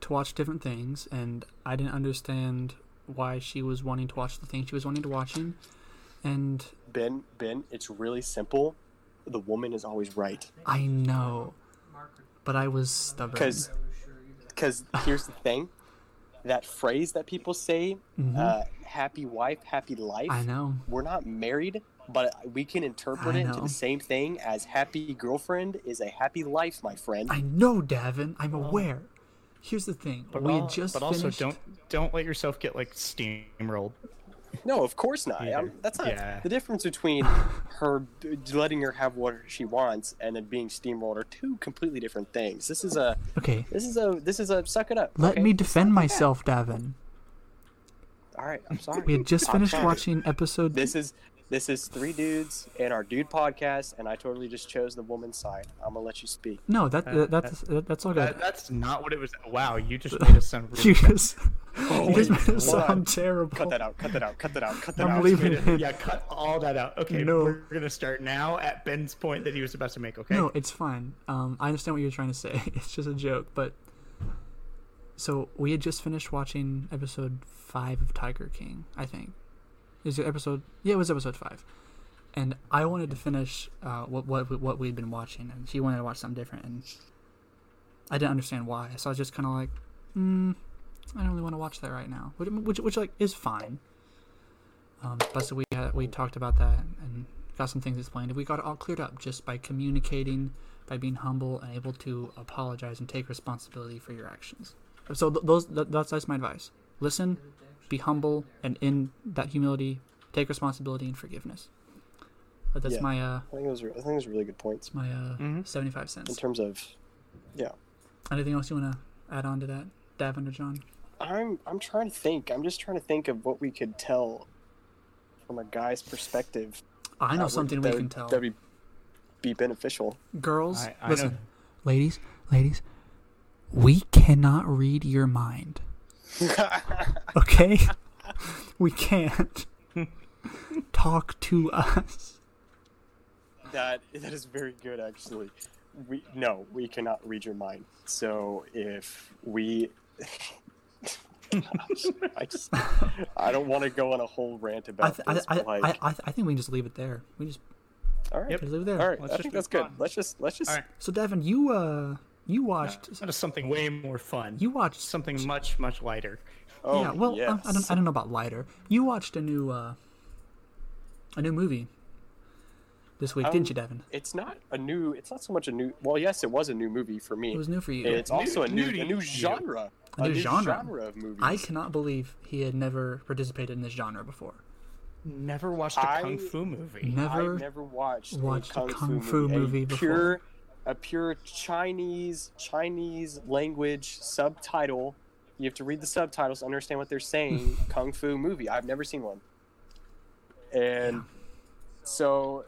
S2: to watch different things, and I didn't understand why she was wanting to watch the thing she was wanting to watching, and
S1: Ben, Ben, it's really simple. The woman is always right.
S2: I know, but I was stubborn.
S1: Because, because here's the thing, that phrase that people say, uh, "happy wife, happy life."
S2: Mm-hmm. I know.
S1: We're not married, but we can interpret
S2: I
S1: it to
S2: know.
S1: the same thing as "happy girlfriend" is a happy life, my friend.
S2: I know, Davin. I'm aware. Here's the thing.
S4: But
S2: we
S4: al-
S2: just
S4: But also,
S2: finished-
S4: don't don't let yourself get like steamrolled.
S1: No, of course not.
S4: Yeah.
S1: I'm, that's not
S4: Yeah.
S1: the difference between her d- letting her have what she wants and then being steamrolled are two completely different things. This is a
S2: Okay,
S1: this is a this is a suck it up.
S2: let
S1: okay?
S2: me defend myself, Davin.
S1: All right, I'm sorry.
S2: We had just
S1: I'm
S2: finished
S1: sorry.
S2: watching episode.
S1: This is this is three dudes in our dude podcast, and I totally just chose the woman's side. I'm gonna let you speak.
S2: no, that, that that's that's all good.
S4: Uh, That, that's not what it was. Wow, you just made it sound.
S2: you
S4: Really bad.
S2: just, you just made it sound terrible.
S1: Cut that out. Cut that out. Cut that out. Cut that
S2: I'm
S1: out.
S2: leaving
S4: Wait,
S2: it.
S4: yeah, cut all that out. Okay,
S2: No.
S4: we're gonna start now at Ben's point that he was about to make. Okay.
S2: No, it's fine. Um, I understand what you're trying to say. It's just a joke, but so we had just finished watching episode five of Tiger King. I think is it episode? Yeah, it was episode five. And I wanted to finish uh, what what we- what we'd been watching, and she wanted to watch something different, and I didn't understand why. So I was just kind of like, mm, I don't really want to watch that right now, which which, which like is fine. Um, but so we had, we talked about that and got some things explained. We got it all cleared up just by communicating, by being humble and able to apologize and take responsibility for your actions. So th- those th- that's that's my advice. Listen, be humble, and in that humility, take responsibility and forgiveness. But that's
S1: Yeah.
S2: my uh
S1: I think those are I think those are really good points
S2: my uh seventy five cents.
S1: in terms of yeah.
S2: Anything else you want to add on to that, Davin or John?
S1: I'm I'm trying to think. I'm just trying to think of what we could tell from a guy's perspective.
S2: I know
S1: that would-
S2: something we
S1: that
S2: can
S1: would-
S2: tell.
S1: That'd be, be beneficial.
S2: Girls,
S4: I- I know-
S2: listen, ladies, ladies, we cannot read your mind. okay, we can't talk to us.
S1: That that is very good, actually. We no, we cannot read your mind. So if we, Gosh, I just I don't want to go on a whole rant
S2: I,
S1: about
S2: th- I,
S1: this.
S2: I,
S1: but like,
S2: I, I, I think we can just leave it there. We just
S1: all right,
S4: Yep.
S2: leave it there.
S1: all right.
S4: Let's
S1: I
S4: just
S1: think
S4: move
S1: that's good.
S4: on.
S1: Let's just let's just
S4: All right.
S2: So Devin, you uh, you watched,
S4: That is something way more fun.
S2: you watched
S4: something much much lighter.
S1: oh
S2: yeah, well,
S1: yes.
S2: I, I don't, I don't know about lighter. You watched a new, uh, a new movie this week,
S1: Um,
S2: didn't you, Devin?
S1: it's not a new. It's not so much a new. Well, yes, it was a new movie for me.
S2: It was new for you.
S1: It's also a new
S4: New- new to
S1: a new
S4: you.
S1: genre.
S2: A new genre.
S1: of movies.
S2: I cannot believe he had never participated in this genre before.
S4: Never watched a
S1: I-
S4: kung fu movie.
S2: Never.
S1: I've never watched,
S2: watched a
S1: a kung,
S2: kung
S1: fu
S2: fu
S1: movie,
S2: movie
S1: a
S2: before.
S1: pure a pure Chinese Chinese language subtitle. You have to read the subtitles, to understand what they're saying. kung fu movie. I've never seen one. And so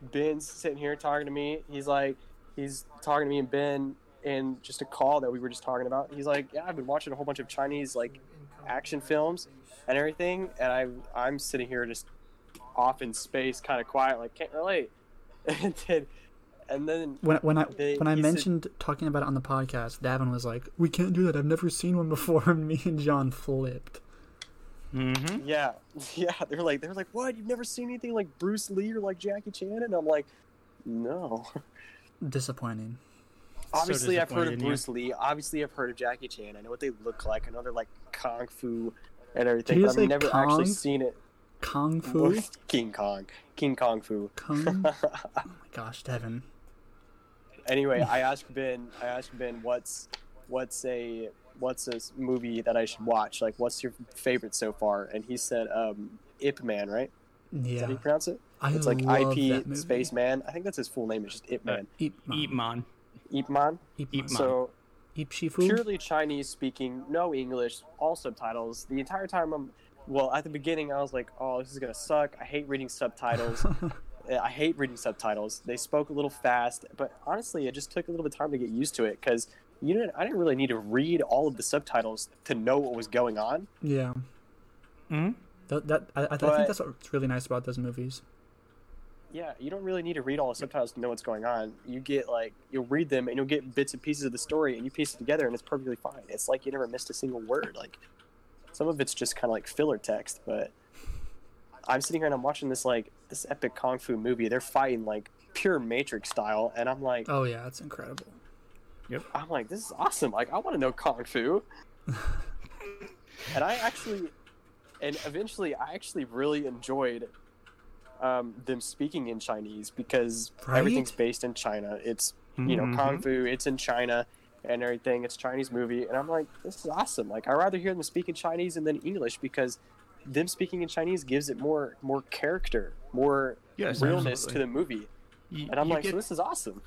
S1: Ben's sitting here talking to me. He's like, he's talking to me and Ben in just a call that we were just talking about. He's like, yeah, I've been watching a whole bunch of Chinese like action films and everything, and I I'm sitting here just off in space, kind of quiet, like can't relate. and then, and then
S2: When when I
S1: They-
S2: when
S1: he
S2: I
S1: said-
S2: mentioned talking about it on the podcast, Davin was like, "We can't do that. I've never seen one before." And me and John flipped.
S4: Mm-hmm.
S1: yeah, yeah, they're like they're like, what? You've never seen anything like Bruce Lee or like Jackie Chan? And I'm like, no.
S2: Disappointing.
S1: obviously I've heard
S4: disappointed in
S1: of
S4: you.
S1: Bruce Lee. Obviously I've heard of Jackie Chan. I know what they look like. I know they're like kung fu and everything.
S2: Did you
S1: But I've
S2: say
S1: never
S2: Kong?
S1: actually seen it.
S2: Kung fu.
S1: King Kong, King Kong fu.
S2: Kung. Oh my gosh, Devin.
S1: Anyway, I asked Ben. I asked Ben, what's what's a what's a s- movie that I should watch? Like, what's your favorite so far? And he said, um, Ip Man, right? Is that how
S2: Yeah.
S1: you pronounce it?
S2: I
S1: It's like
S2: love that
S1: IP
S2: movie.
S1: Space Man. I think that's his full name. It's just Ip Man.
S2: Eep, man.
S4: Eat mon.
S1: Ip Man.
S2: Eep,
S4: Eep,
S2: man.
S4: man.
S1: So
S2: Eep, shifu.
S1: purely Chinese speaking, no English, all subtitles. The entire time I'm, well, at the beginning I was like, oh, this is gonna suck. I hate reading subtitles. I hate reading subtitles. They spoke a little fast, but honestly, it just took a little bit of time to get used to it because you didn't. I didn't really need to read all of the subtitles to know what was going on.
S2: Yeah.
S4: Hmm?
S2: That, that I, I, I
S1: But-
S2: think that's what's really nice about those movies.
S1: Yeah, you don't really need to read all the subtitles to know what's going on. You get like you'll read them and you'll get bits and pieces of the story and you piece it together and it's perfectly fine. It's like you never missed a single word. Like some of it's just kind of like filler text, but I'm sitting here and I'm watching this like this epic kung fu movie. They're fighting like pure Matrix style, and I'm like,
S2: Oh yeah, it's incredible.
S1: I'm like, this is awesome. Like, I want to know kung fu. and I actually, and eventually, I actually really enjoyed um, them speaking in Chinese because
S2: Right?
S1: everything's based in China. It's you know
S4: Mm-hmm.
S1: kung fu. It's in China and everything. It's a Chinese movie, and I'm like, this is awesome. Like, I would rather hear them speak in Chinese and then English because them speaking in Chinese gives it more more character, more
S4: Yes,
S1: realness
S4: absolutely.
S1: to the movie.
S4: You,
S1: And I'm
S4: you
S1: like,
S4: get,
S1: so this is awesome.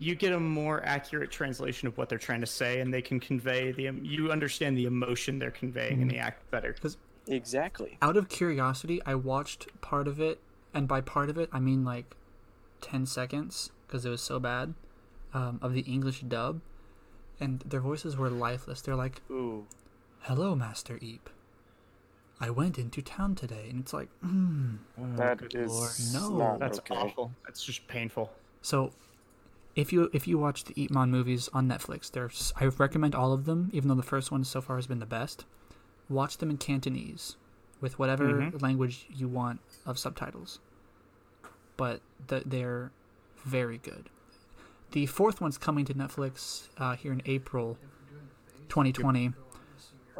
S4: you get a more accurate translation of what they're trying to say, and they can convey the. You understand the emotion they're conveying
S2: Mm-hmm.
S4: in the act better.
S1: Exactly.
S2: Out of curiosity, I watched part of it, and by part of it, I mean like ten seconds because it was so bad um, of the English dub, and their voices were lifeless. They're like,
S1: Ooh.
S2: "Hello, Master Eep. I went into town today," and it's like,
S1: That
S4: Oh, good
S1: is
S4: lord.
S2: No.
S1: not
S4: That's
S1: okay.
S4: awful. That's just painful.
S2: So, if you if you watch the Eatmon movies on Netflix, there's I recommend all of them, even though the first one so far has been the best. Watch them in Cantonese, with whatever language you want of subtitles. But th- they're very good. The fourth one's coming to Netflix uh, here in April, 2020.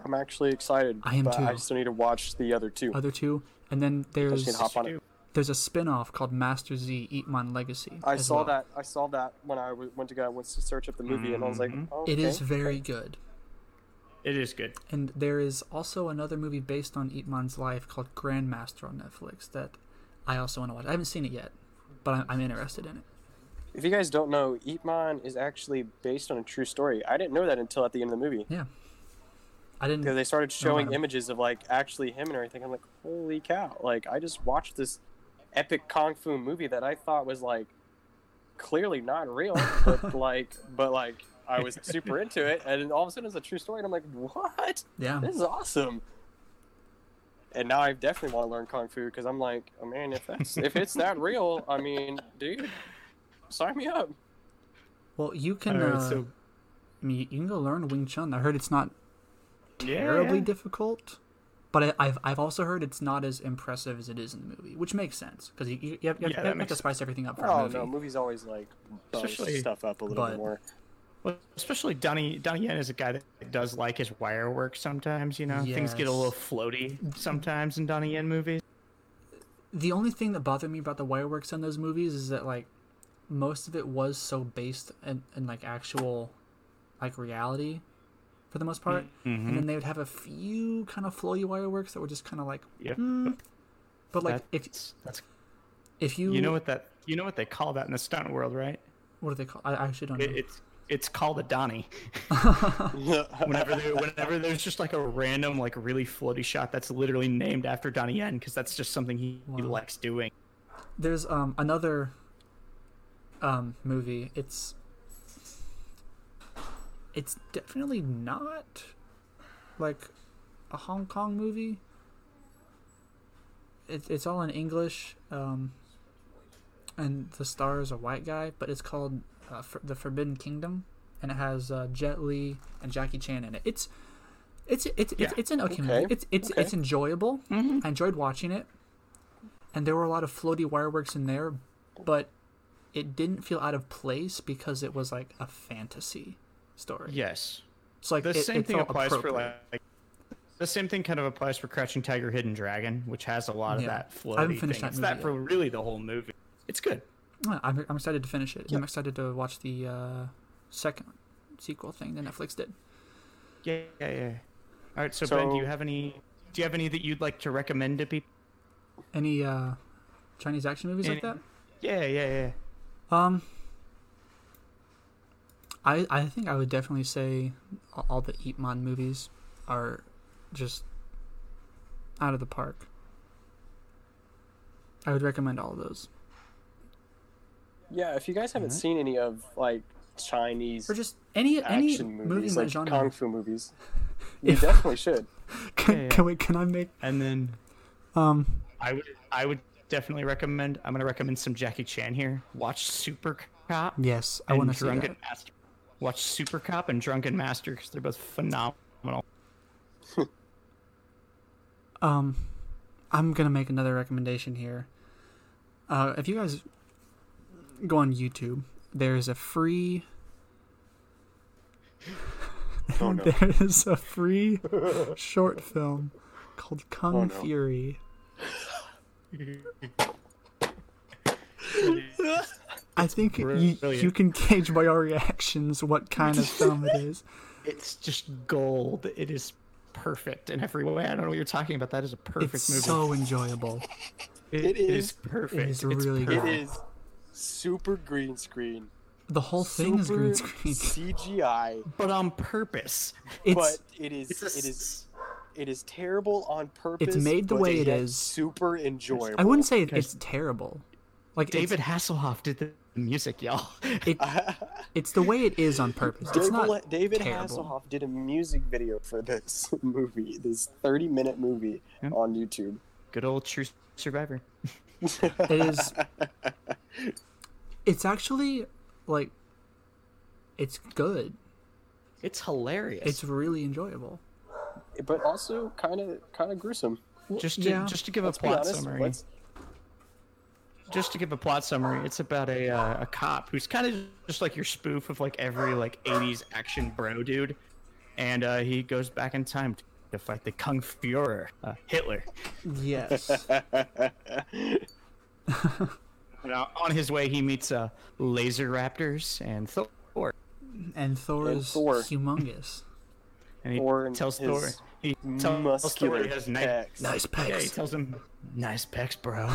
S1: I'm actually excited.
S2: I am
S1: but
S2: too.
S1: I still need to watch the other two.
S2: Other two, and then
S1: I just need
S2: there's
S1: to hop on it.
S2: there's a spin-off called Master Z Eatmon Legacy.
S1: I
S2: as
S1: saw
S2: well.
S1: that. I saw that when I w- went to go. I went to search up the movie, and I was like,
S4: Mm-hmm.
S1: oh,
S2: It is
S1: okay.
S2: very good.
S4: It is good.
S2: And there is also another movie based on Eatmon's life called Grandmaster on Netflix that I also want to watch. I haven't seen it yet, but I'm, I'm interested in it.
S1: If you guys don't know, Eatmon is actually based on a true story. I didn't know that until at the end of the movie
S2: Yeah. I didn't.
S1: because they started showing
S2: Oh, wow.
S1: images of like actually him and everything. I'm like, holy cow! Like I just watched this epic kung fu movie that I thought was like clearly not real, but like, but like I was super into it, and all of a sudden it's a true story, and I'm like, what?
S2: yeah.
S1: This is awesome. And now I definitely want to learn kung fu because I'm like, oh man, if that's if it's that real, I mean, dude, sign me up.
S2: Well, you can.
S4: All right,
S2: uh,
S4: so
S2: I mean, you can go learn Wing Chun. I heard it's not
S4: yeah,
S2: terribly
S4: yeah.
S2: difficult, but I, I've I've also heard it's not as impressive as it is in the movie, which makes sense because you, you, you have, you have-
S4: Yeah, that
S2: you have
S4: makes
S2: to spice everything up for a
S1: Oh
S2: movie.
S1: no, movies always like bump
S4: Especially-
S1: stuff up a little
S2: but-
S1: bit more.
S4: Well, especially Donnie Donnie Yen is a guy that does like his wire work sometimes. You know, things get a little
S2: Yes.
S4: floaty sometimes in Donnie Yen movies.
S2: the only thing that bothered me about the wireworks on those movies is that like most of it was so based in, in like actual like reality for the most part
S4: Mm-hmm.
S2: and then they would have a few kind of flowy wireworks that were just kind of like
S4: Yep.
S2: but Mm, like if
S4: that's, that's
S2: if you
S4: you know what that you know what they call that in the stunt world, right?
S2: what do they call I I actually don't know
S4: It, it's it's called a Donnie. whenever there, whenever there's just like a random like really floaty shot that's literally named after Donnie Yen because that's just something he, he
S2: Wow.
S4: likes doing.
S2: there's um another um movie it's it's definitely not like a Hong Kong movie it, it's all in English um and the star is a white guy but it's called uh, For- the Forbidden Kingdom and it has uh, Jet Li and Jackie Chan in it it's it's it's it's,
S4: Yeah.
S2: it's an okay,
S1: Okay.
S2: movie it's it's
S1: Okay.
S2: it's enjoyable I enjoyed watching it and there were a lot of floaty wireworks in there, but it didn't feel out of place because it was like a fantasy story.
S4: Yes,
S2: it's like
S4: the
S2: it-
S4: same
S2: it
S4: thing
S2: felt
S4: applies for
S2: appropriate.
S4: like, the same thing kind of applies for Crouching Tiger, Hidden Dragon, which has a lot
S2: Yeah.
S4: of that floaty
S2: I haven't finished
S4: thing.
S2: that
S4: it's that
S2: movie
S4: for really the whole movie. It's good.
S2: Yeah, I'm, I'm excited to finish it. I'm excited to watch the uh, second sequel thing that Netflix did.
S4: Yeah, yeah, yeah. All right, so, Ben, do you
S1: So-
S4: have any? Do you have any that you'd like to recommend to people?
S2: Any uh, Chinese action movies like
S4: Any-
S2: that?
S4: Yeah, yeah, yeah.
S2: Um, I I think I would definitely say a- all the Eatmon movies are just out of the park. I would recommend all of those.
S1: Yeah, if you guys haven't seen any of like Chinese
S2: or just any any
S1: action
S2: movie in
S1: movies,
S2: that
S1: like
S2: genre.
S1: kung fu movies, you
S2: If-
S1: definitely should.
S2: Can,
S4: Yeah, yeah.
S2: can we? Can I make?
S4: And then
S2: Um,
S4: I would I would definitely recommend. I'm gonna recommend some Jackie Chan here. Watch Super Cop.
S2: yes, I
S4: and
S2: want to see
S4: Drunken
S2: that.
S4: Master. Watch Super Cop and Drunken Master because they're both phenomenal.
S2: Um, I'm gonna make another recommendation here. Uh, if you guys go on YouTube, there's a free.
S1: Oh no.
S2: There is a free short film called Kung
S1: Oh, no.
S2: Fury. I think you,
S4: Brilliant.
S2: you can gauge by our reactions what kind of film it is.
S4: It's just gold. It is perfect in every way. I don't know what you're talking about. That is a perfect
S2: It's
S4: movie.
S2: so enjoyable.
S1: It
S4: it
S1: is-
S4: is perfect.
S2: it is really
S1: It
S4: perfect.
S2: good.
S1: is super green screen,
S2: The whole thing is
S1: super
S2: green screen.
S1: CGI,
S4: but on purpose.
S2: It's
S1: but it is
S4: It's a
S1: it is
S4: s-
S1: it is terrible on purpose.
S2: made the
S1: but
S2: way it
S1: yet
S2: is.
S1: Super enjoyable.
S2: I wouldn't say it-
S4: Guys.
S2: it's terrible. Like it's-
S4: David Hasselhoff did the music, y'all.
S2: it, it's the way it is on purpose. It's
S1: David,
S2: not
S1: David
S2: terrible.
S1: Hasselhoff did a music video for this movie, this 30 minute movie
S4: Yeah.
S1: on YouTube.
S4: Good old true survivor.
S2: It is. It's actually like it's good.
S4: It's hilarious.
S2: It's really enjoyable.
S1: But also kind of kind of gruesome.
S4: just to,
S2: yeah.
S4: just to give
S1: Let's
S4: a
S1: be
S4: plot
S1: honest.
S4: summary.
S1: Let's-
S4: Just to give a plot summary, it's about a uh, a cop who's kind of just like your spoof of like every like '80s action bro dude, and uh, he goes back in time to fight the Kung Fuhrer, uh, Hitler.
S2: Yes.
S4: And, uh, on his way, he meets uh, laser raptors and Thor,
S2: and Thor
S1: And
S2: is
S1: Thor.
S2: humongous.
S4: and he
S1: Thor and
S4: tells
S1: his
S4: Thor he tells Thor
S1: muscular
S4: he has nice,
S1: pecs.
S2: Nice
S4: yeah, he
S2: pecs.
S4: tells him nice pecs, bro.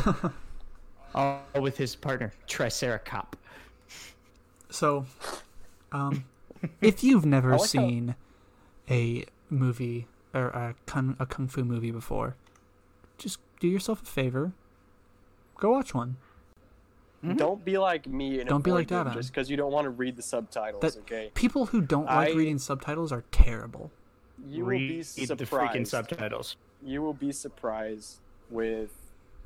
S4: All with his partner Triceracop.
S2: So, um, if you've never
S1: like how-
S2: seen a movie or a kung, a kung fu movie before, just do yourself a favor. Go watch one.
S1: Don't be like me and
S2: Hmm? Don't be like
S1: avoid them
S2: Dadan.
S1: just because you don't want to read the subtitles.
S2: That
S1: okay,
S2: people who don't like
S1: I-
S2: reading subtitles are terrible.
S1: you will be
S4: Read the freaking
S1: surprised.
S4: subtitles.
S1: you will be surprised with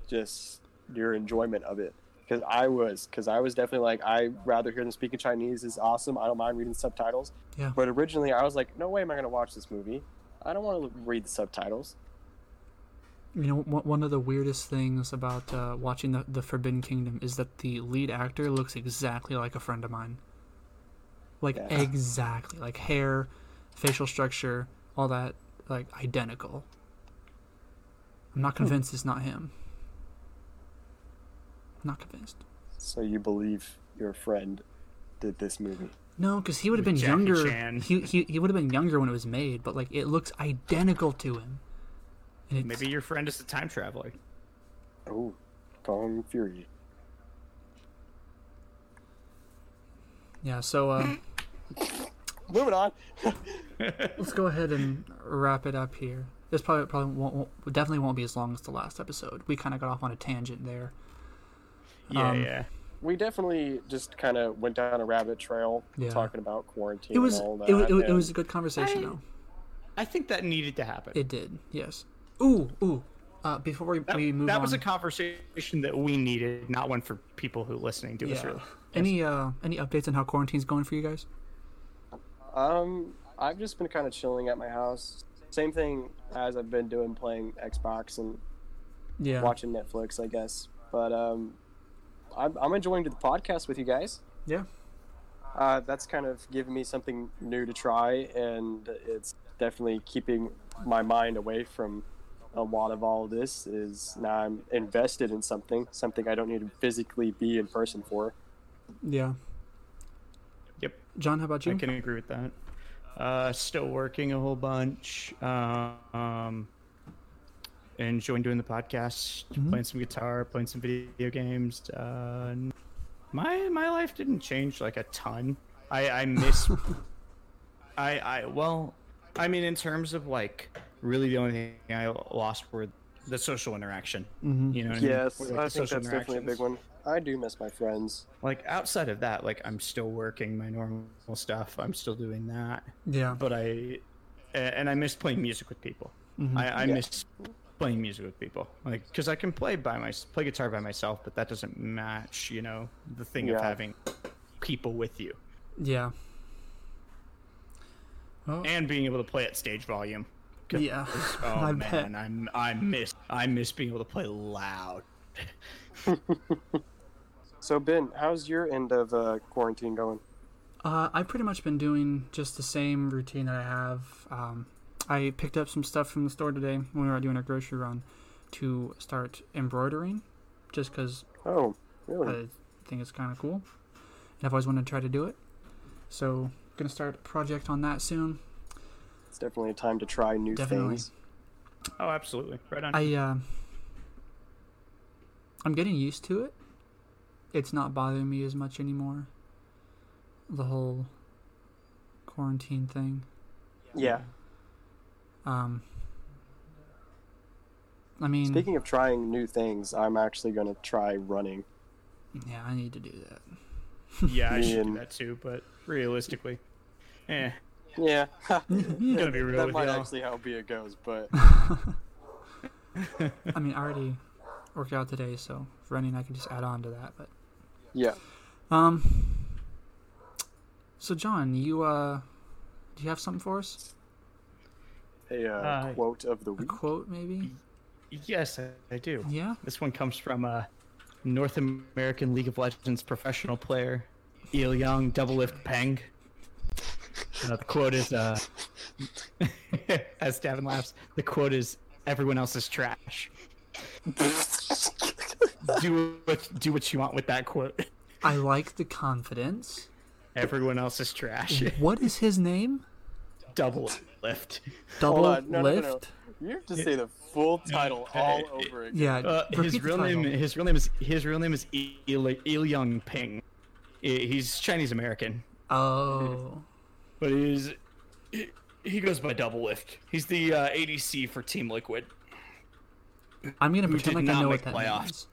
S1: just your enjoyment of it. Because I was, because I was definitely like, I rather hear them speaking Chinese is awesome. I don't mind reading subtitles.
S2: Yeah.
S1: But originally, I was like, no way am I going to watch this movie. I don't want to read the subtitles.
S2: You know, one one of the weirdest things about uh, watching the, the Forbidden Kingdom is that the lead actor looks exactly like a friend of mine. Like
S1: Yeah.
S2: exactly, like hair, facial structure, all that, like identical. I'm not convinced it's not him. not convinced.
S1: So you believe your friend did this movie.
S2: No, because he would have been
S4: Jackie
S2: younger.
S4: Chan.
S2: He he, he would have been younger when it was made, but like it looks identical to him. And it's,
S4: Maybe your friend is a time traveler.
S1: Oh, Kong Fury.
S2: yeah. So. Um,
S1: Moving on.
S2: let's go ahead and wrap it up here. This probably probably won't, won't definitely won't be as long as the last episode. We kind of got off on a tangent there.
S4: Yeah,
S2: Um,
S4: yeah.
S1: We definitely just kind of went down a rabbit trail
S2: Yeah.
S1: talking about quarantine
S2: It was
S1: and all that.
S2: it, wa- it, wa- it
S1: and-
S2: was a good conversation
S4: I-
S2: though.
S4: I think that needed to happen.
S2: It did yes. Ooh ooh. Uh, before we,
S4: that
S2: we move
S4: that
S2: on,
S4: was a conversation that we needed, not one for people who listening to us.
S2: yeah.
S4: Really,
S2: Any uh any updates on how quarantine's going for you guys?
S1: Um, I've just been kind of chilling at my house. Same thing as I've been doing, playing Xbox and
S2: Yeah.
S1: watching Netflix, I guess. But um, I'm, I'm enjoying the podcast with you guys.
S2: Yeah.
S1: Uh, that's kind of given me something new to try, and it's definitely keeping my mind away from a lot of all this. Is now I'm invested in something, something I don't need to physically be in person for.
S2: Yeah.
S4: yep,
S2: John, how about
S4: I
S2: you?
S4: can agree with that. Uh, still working a whole bunch. Uh, um, enjoying doing the podcast, playing some guitar, playing some video games. Uh, my my life didn't change like a ton. I I miss. I I well, I mean in terms of like really the only thing I lost were the social interaction. You know. What I mean?
S1: Yes,
S4: Like,
S1: I
S4: the
S1: think that's
S4: social
S1: definitely a big
S4: interactions.
S1: one. I do miss my friends.
S4: Like outside of that, like I'm still working my normal stuff. I'm still doing that,
S2: Yeah.
S4: but I and I miss playing music with people. I, I
S1: Mm-hmm. Yeah.
S4: miss playing music with people, like because I can play by my play guitar by myself, but that doesn't match, you know, the thing of
S1: Yeah.
S4: having people with you
S2: Yeah. Oh,
S4: and being able to play at stage volume. 'Cause-
S2: yeah.
S4: Oh
S2: I
S4: man,
S2: bet.
S4: I'm I miss I miss being able to play loud.
S1: So Ben, how's your end of uh, quarantine going?
S2: Uh, I've pretty much been doing just the same routine that I have. Um, I picked up some stuff from the store today when we were doing our grocery run to start embroidering, just because
S1: Oh, really?
S2: I think it's kind of cool, and I've always wanted to try to do it. So, gonna start a project on that soon.
S1: it's definitely a time to try new
S2: Definitely.
S1: things.
S4: Oh, absolutely, right on.
S2: I uh, I'm getting used to it. It's not bothering me as much anymore. The whole quarantine thing.
S1: Yeah.
S2: Um, I mean,
S1: Speaking of trying new things, I'm actually going to try running.
S2: yeah, I need to do that.
S4: yeah, I should do
S1: Man.
S4: that too, but realistically, eh,
S1: Yeah.
S4: I'm gonna be real
S1: that
S4: with
S1: might
S4: y'all.
S1: actually how it goes, but
S2: I mean, I already worked out today, so running I can just add on to that. But
S1: yeah.
S2: um, so John, you uh, do you have something for us?
S1: A uh,
S4: Uh,
S1: quote of the
S2: A
S1: week.
S2: quote, maybe?
S4: Yes, I, I do.
S2: Yeah.
S4: This one comes from a North American League of Legends professional player, Ilyang Double Lift Peng. Uh, the quote is, uh, as Davin laughs, the quote is, "Everyone else is trash." do what do what you want with that quote.
S2: I like the confidence.
S4: Everyone else is trash.
S2: What is his name?
S4: Double lift.
S2: Double
S1: Hold on, no, no, no,
S2: lift.
S1: no. You have to say the full title all over again.
S2: Yeah.
S4: Uh,
S2: repeat
S4: his
S2: the
S4: real name.
S2: title.
S4: His real name is his real name is Il- Ilyang Peng. I- He's Chinese American.
S2: Oh.
S4: but he's he, he goes by double lift. He's the uh, ADC for Team Liquid.
S2: I'm gonna
S4: Who
S2: pretend
S4: did
S2: like I
S4: not
S2: know what
S4: make
S2: that
S4: playoffs.
S2: means.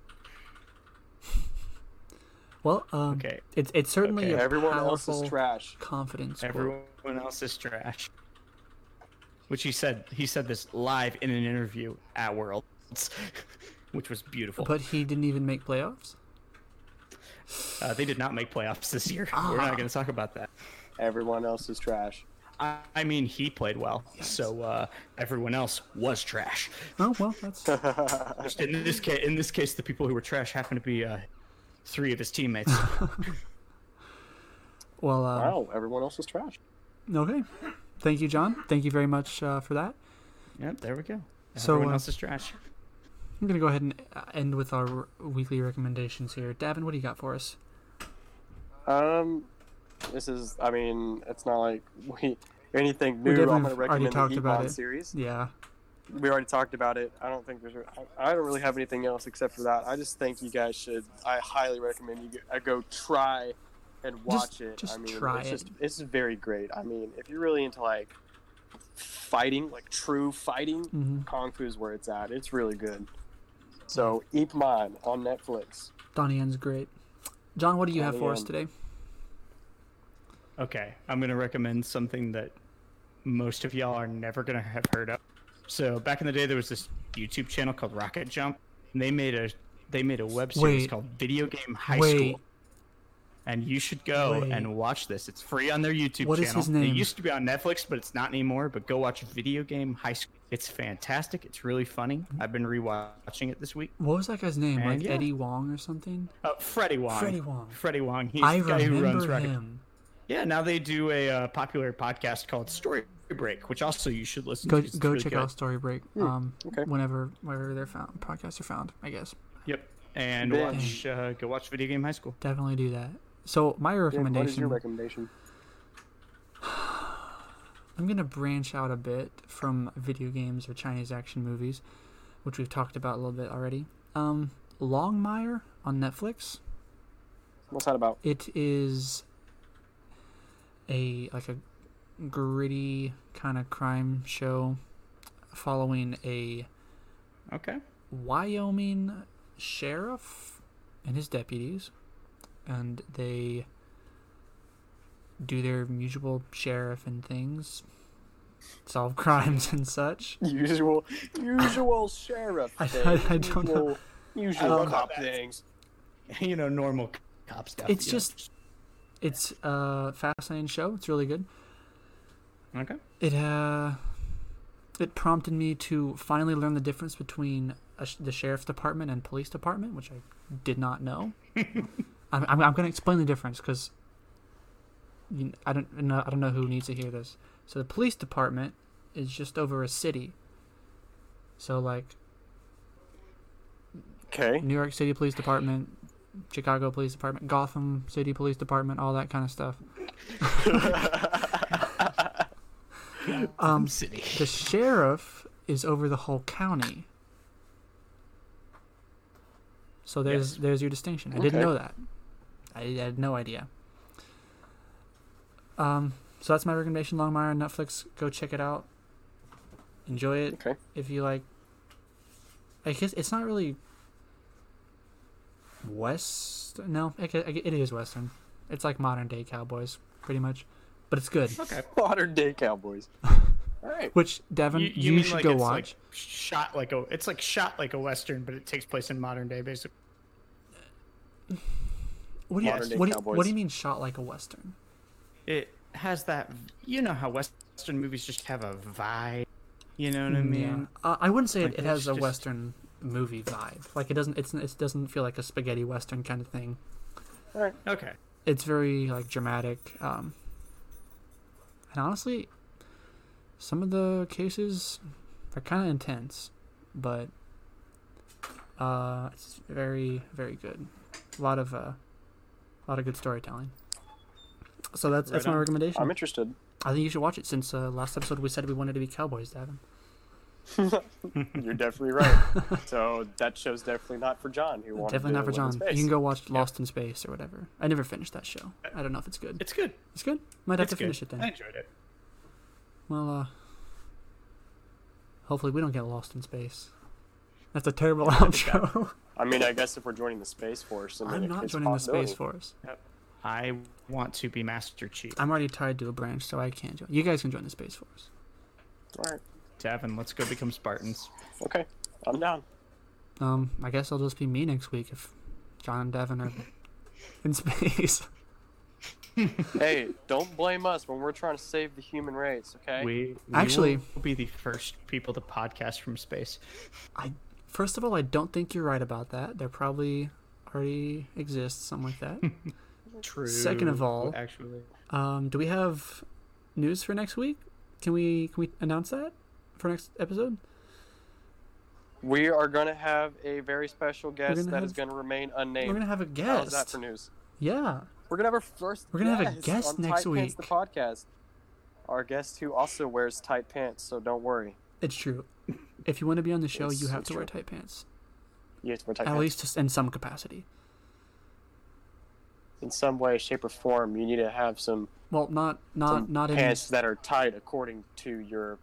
S2: Well, um,
S4: Okay.
S2: it's it's certainly
S4: Okay.
S2: a
S1: Everyone
S2: powerful
S1: else is trash.
S2: confidence. quote.
S4: Everyone else is trash. Which he said he said this live in an interview at Worlds, which was beautiful.
S2: But he didn't even make playoffs.
S4: uh, they did not make playoffs this year.
S2: Ah.
S4: We're not going to talk about that.
S1: Everyone else is trash.
S4: I, I mean, he played well, so uh, everyone else was trash.
S2: Oh well, that's
S4: Just in this case, in this case, the people who were trash happened to be uh, three of his teammates.
S2: well. Um,
S1: Wow, everyone else is trash.
S2: Okay. Thank you, John. Thank you very much uh, for that.
S4: yep, there we go.
S2: So,
S4: everyone
S2: uh,
S4: else is trash.
S2: I'm gonna go ahead and uh, end with our weekly recommendations here. Davin, what do you got for us?
S1: Um, this is. I mean, it's not like we anything
S2: We
S1: new. I'm going
S2: definitely
S1: to
S2: already
S1: recommend the
S2: talked
S1: Heat
S2: about
S1: Bond
S2: it.
S1: series.
S2: Yeah.
S1: We already talked about it. I don't think there's. I, I don't really have anything else except for that. I just think you guys should. I highly recommend you. go- I go try and watch it.
S2: just
S1: I mean,
S2: try
S1: it's
S2: it.
S1: just it's very great. I mean, if you're really into like fighting, like true fighting,
S2: Mhm.
S1: kung fu is where it's at. It's really good. So, Ip Man on Netflix.
S2: Donnie Yen's great. John, what do you have
S1: Donnie
S2: for us
S1: Yen.
S2: today?
S4: Okay, I'm going to recommend something that most of y'all are never going to have heard of. So back in the day, there was this YouTube channel called Rocket Jump, and they made a they made a web series
S2: Wait.
S4: called Video Game High
S2: Wait.
S4: School. And you should go
S2: Wait.
S4: and watch this. It's free on their YouTube
S2: What is
S4: channel.
S2: his name?
S4: It used to be on Netflix, but it's not anymore. But go watch Video Game High School. It's fantastic. It's really funny. I've been rewatching it this week.
S2: What was that guy's name?
S4: And
S2: like
S4: yeah.
S2: Eddie Wong or something?
S4: Uh, Freddie Wong.
S2: Freddie Wong.
S4: Freddie Wong. He's
S2: I
S4: the guy who runs
S2: remember
S4: Rocket
S2: him.
S4: yeah, now they do a uh, popular podcast called Story Break, which also you should listen
S2: Go
S4: to. It's
S2: go
S4: really
S2: check
S4: good.
S2: out Story Break. Um,
S1: Hmm. okay.
S2: whenever wherever they're found, podcasts are found, I guess.
S4: Yep, and
S1: Big.
S4: watch uh, go watch Video Game High School.
S2: Definitely do that. So my
S1: Dan,
S2: recommendation.
S1: What is your recommendation?
S2: I'm gonna branch out a bit from video games or Chinese action movies, which we've talked about a little bit already. Um, Longmire on Netflix.
S1: What's that about?
S2: It is a like a gritty kind of crime show following a
S4: Okay,
S2: Wyoming sheriff and his deputies, and they do their usual sheriff and things, solve crimes and such.
S1: Usual, usual sheriff.
S2: I-
S1: thing.
S2: I- I don't know.
S1: Usual- Usual
S4: Um,
S1: cop things.
S4: you know, normal c- cop stuff.
S2: It's
S4: you know.
S2: just, it's a fascinating show. It's really good.
S4: okay.
S2: It uh, it prompted me to finally learn the difference between a, sh- the sheriff's department and police department, which I did not know. I'm I'm, I'm going to explain the difference because I don't know I don't know who needs to hear this. So the police department is just over a city. So like
S1: Okay.
S2: New York City Police Department, Chicago Police Department, Gotham City Police Department, all that kind of stuff. um,
S4: City.
S2: the sheriff is over the whole county. So there's there's your distinction. I didn't
S1: Okay.
S2: know that. I, I had no idea. Um, so that's my recommendation. Longmire on Netflix. Go check it out. Enjoy it
S1: Okay.
S2: if you like. I guess it's not really west. No, I gue- I gue- it is western. It's like modern day cowboys, pretty much, but it's good.
S4: Okay.
S1: Modern day cowboys. All right.
S2: Which Devin, um, you,
S4: mean
S2: should
S4: like
S2: go
S4: it's
S2: watch.
S4: Like shot like a. It's like shot like a western, but it takes place in modern day, basically.
S2: what, do you,
S1: Modern Day
S2: what, do you,
S1: Cowboys.
S2: what do you mean shot like a western?
S4: It has that. You know how western movies just have a vibe. You know what I mean?
S2: uh, I wouldn't say
S4: Like,
S2: it, it
S4: it's
S2: has a
S4: just-
S2: western movie vibe. Like it doesn't. It's it doesn't feel like a spaghetti western kind of thing.
S4: Okay.
S2: it's very like dramatic um and honestly some of the cases are kind of intense but uh it's very very good a lot of uh a lot of good storytelling so that's that's
S4: Right
S2: my
S4: on.
S2: recommendation
S1: I'm interested.
S2: i think you should watch it since uh, last episode we said we wanted to be cowboys davin
S1: You're definitely right. so that show's definitely not for John. Who wanted
S2: definitely
S1: to
S2: not for
S1: live in
S2: john
S1: space.
S2: you can go watch lost in space or whatever i never finished that show i don't know if it's good
S4: It's good.
S2: it's good might have
S4: it's
S2: to
S4: good.
S2: finish it then
S4: I enjoyed it.
S2: Well, uh, hopefully we don't get lost in space. That's a terrible outro.
S1: I mean, I guess if we're joining the space force, I mean,
S2: I'm
S1: it-
S2: not
S1: it's
S2: joining the space
S1: possibility.
S2: force.
S4: I want to be Master Chief.
S2: I'm already tied to a branch, so I can't join. You guys can join the space force.
S1: All right.
S4: Devin, let's go become Spartans.
S1: Okay. I'm down.
S2: Um, I guess I'll just be me next week if John and Devin are in space.
S1: Hey, don't blame us when we're trying to save the human race. Okay.
S4: We, we
S2: Actually-
S4: will be the first people to podcast from space.
S2: I first of all, I don't think you're right about that. There probably already exists something like that.
S4: True.
S2: Second of all-
S4: actually,
S2: um, do we have news for next week? Can we can we announce that for next episode?
S1: We are going to have a very special guest
S2: gonna
S1: that
S2: have-
S1: is going to remain
S2: We're
S1: unnamed.
S2: gonna have a
S1: How's that
S2: guest.
S1: for news?
S2: Yeah.
S1: We're gonna have our first.
S2: We're gonna have a
S1: on
S2: guest next
S1: tight Pants, the
S2: week.
S1: podcast. Our guest who also wears tight pants, so don't worry.
S2: It's true. If you want to be on the show,
S1: It's-
S2: you have
S1: it's
S2: to wear
S1: true.
S2: tight pants,
S1: You have to wear tight
S2: at
S1: pants.
S2: least just in some capacity.
S1: in some way, shape, or form, you need to have some,
S2: Well, not not
S1: some
S2: not in
S1: pants that are tight according to your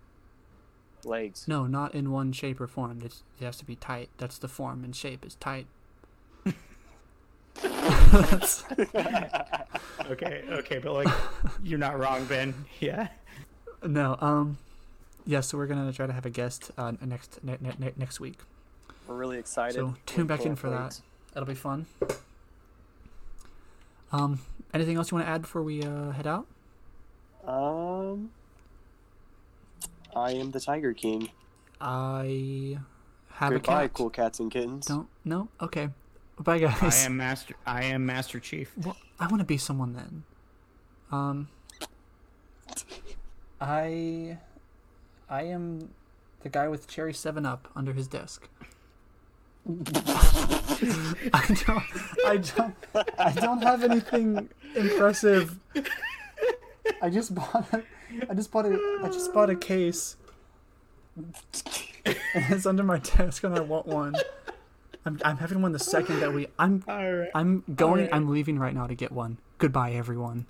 S1: legs.
S2: no, not in one shape or form. It's, it has to be tight. That's the form and shape is tight.
S4: okay, okay, but like, you're not wrong, Ben. Yeah.
S2: no, um, yeah. So we're gonna try to have a guest uh, next ne- ne- ne- next week.
S1: We're really excited.
S2: So
S1: We
S2: tune back in
S1: can't
S2: for
S1: wait.
S2: that. That'll be fun. Um, anything else you want to add before we uh, head out?
S1: Um, I am the Tiger King.
S2: I have
S1: Goodbye,
S2: a cat.
S1: cool cats and kittens.
S2: Don't no. Okay, bye guys.
S4: I am Master. I am Master Chief.
S2: Well, I want to be someone then. Um, I, I am the guy with cherry seven up under his desk. I don't, I don't, I don't have anything impressive. I just bought a, I just bought a, I just bought a case. And it's under my desk, and I want one. I'm, I'm having one the second that we. I'm
S4: All right.
S2: I'm going.
S4: Alright.
S2: I'm leaving right now to get one. Goodbye, everyone.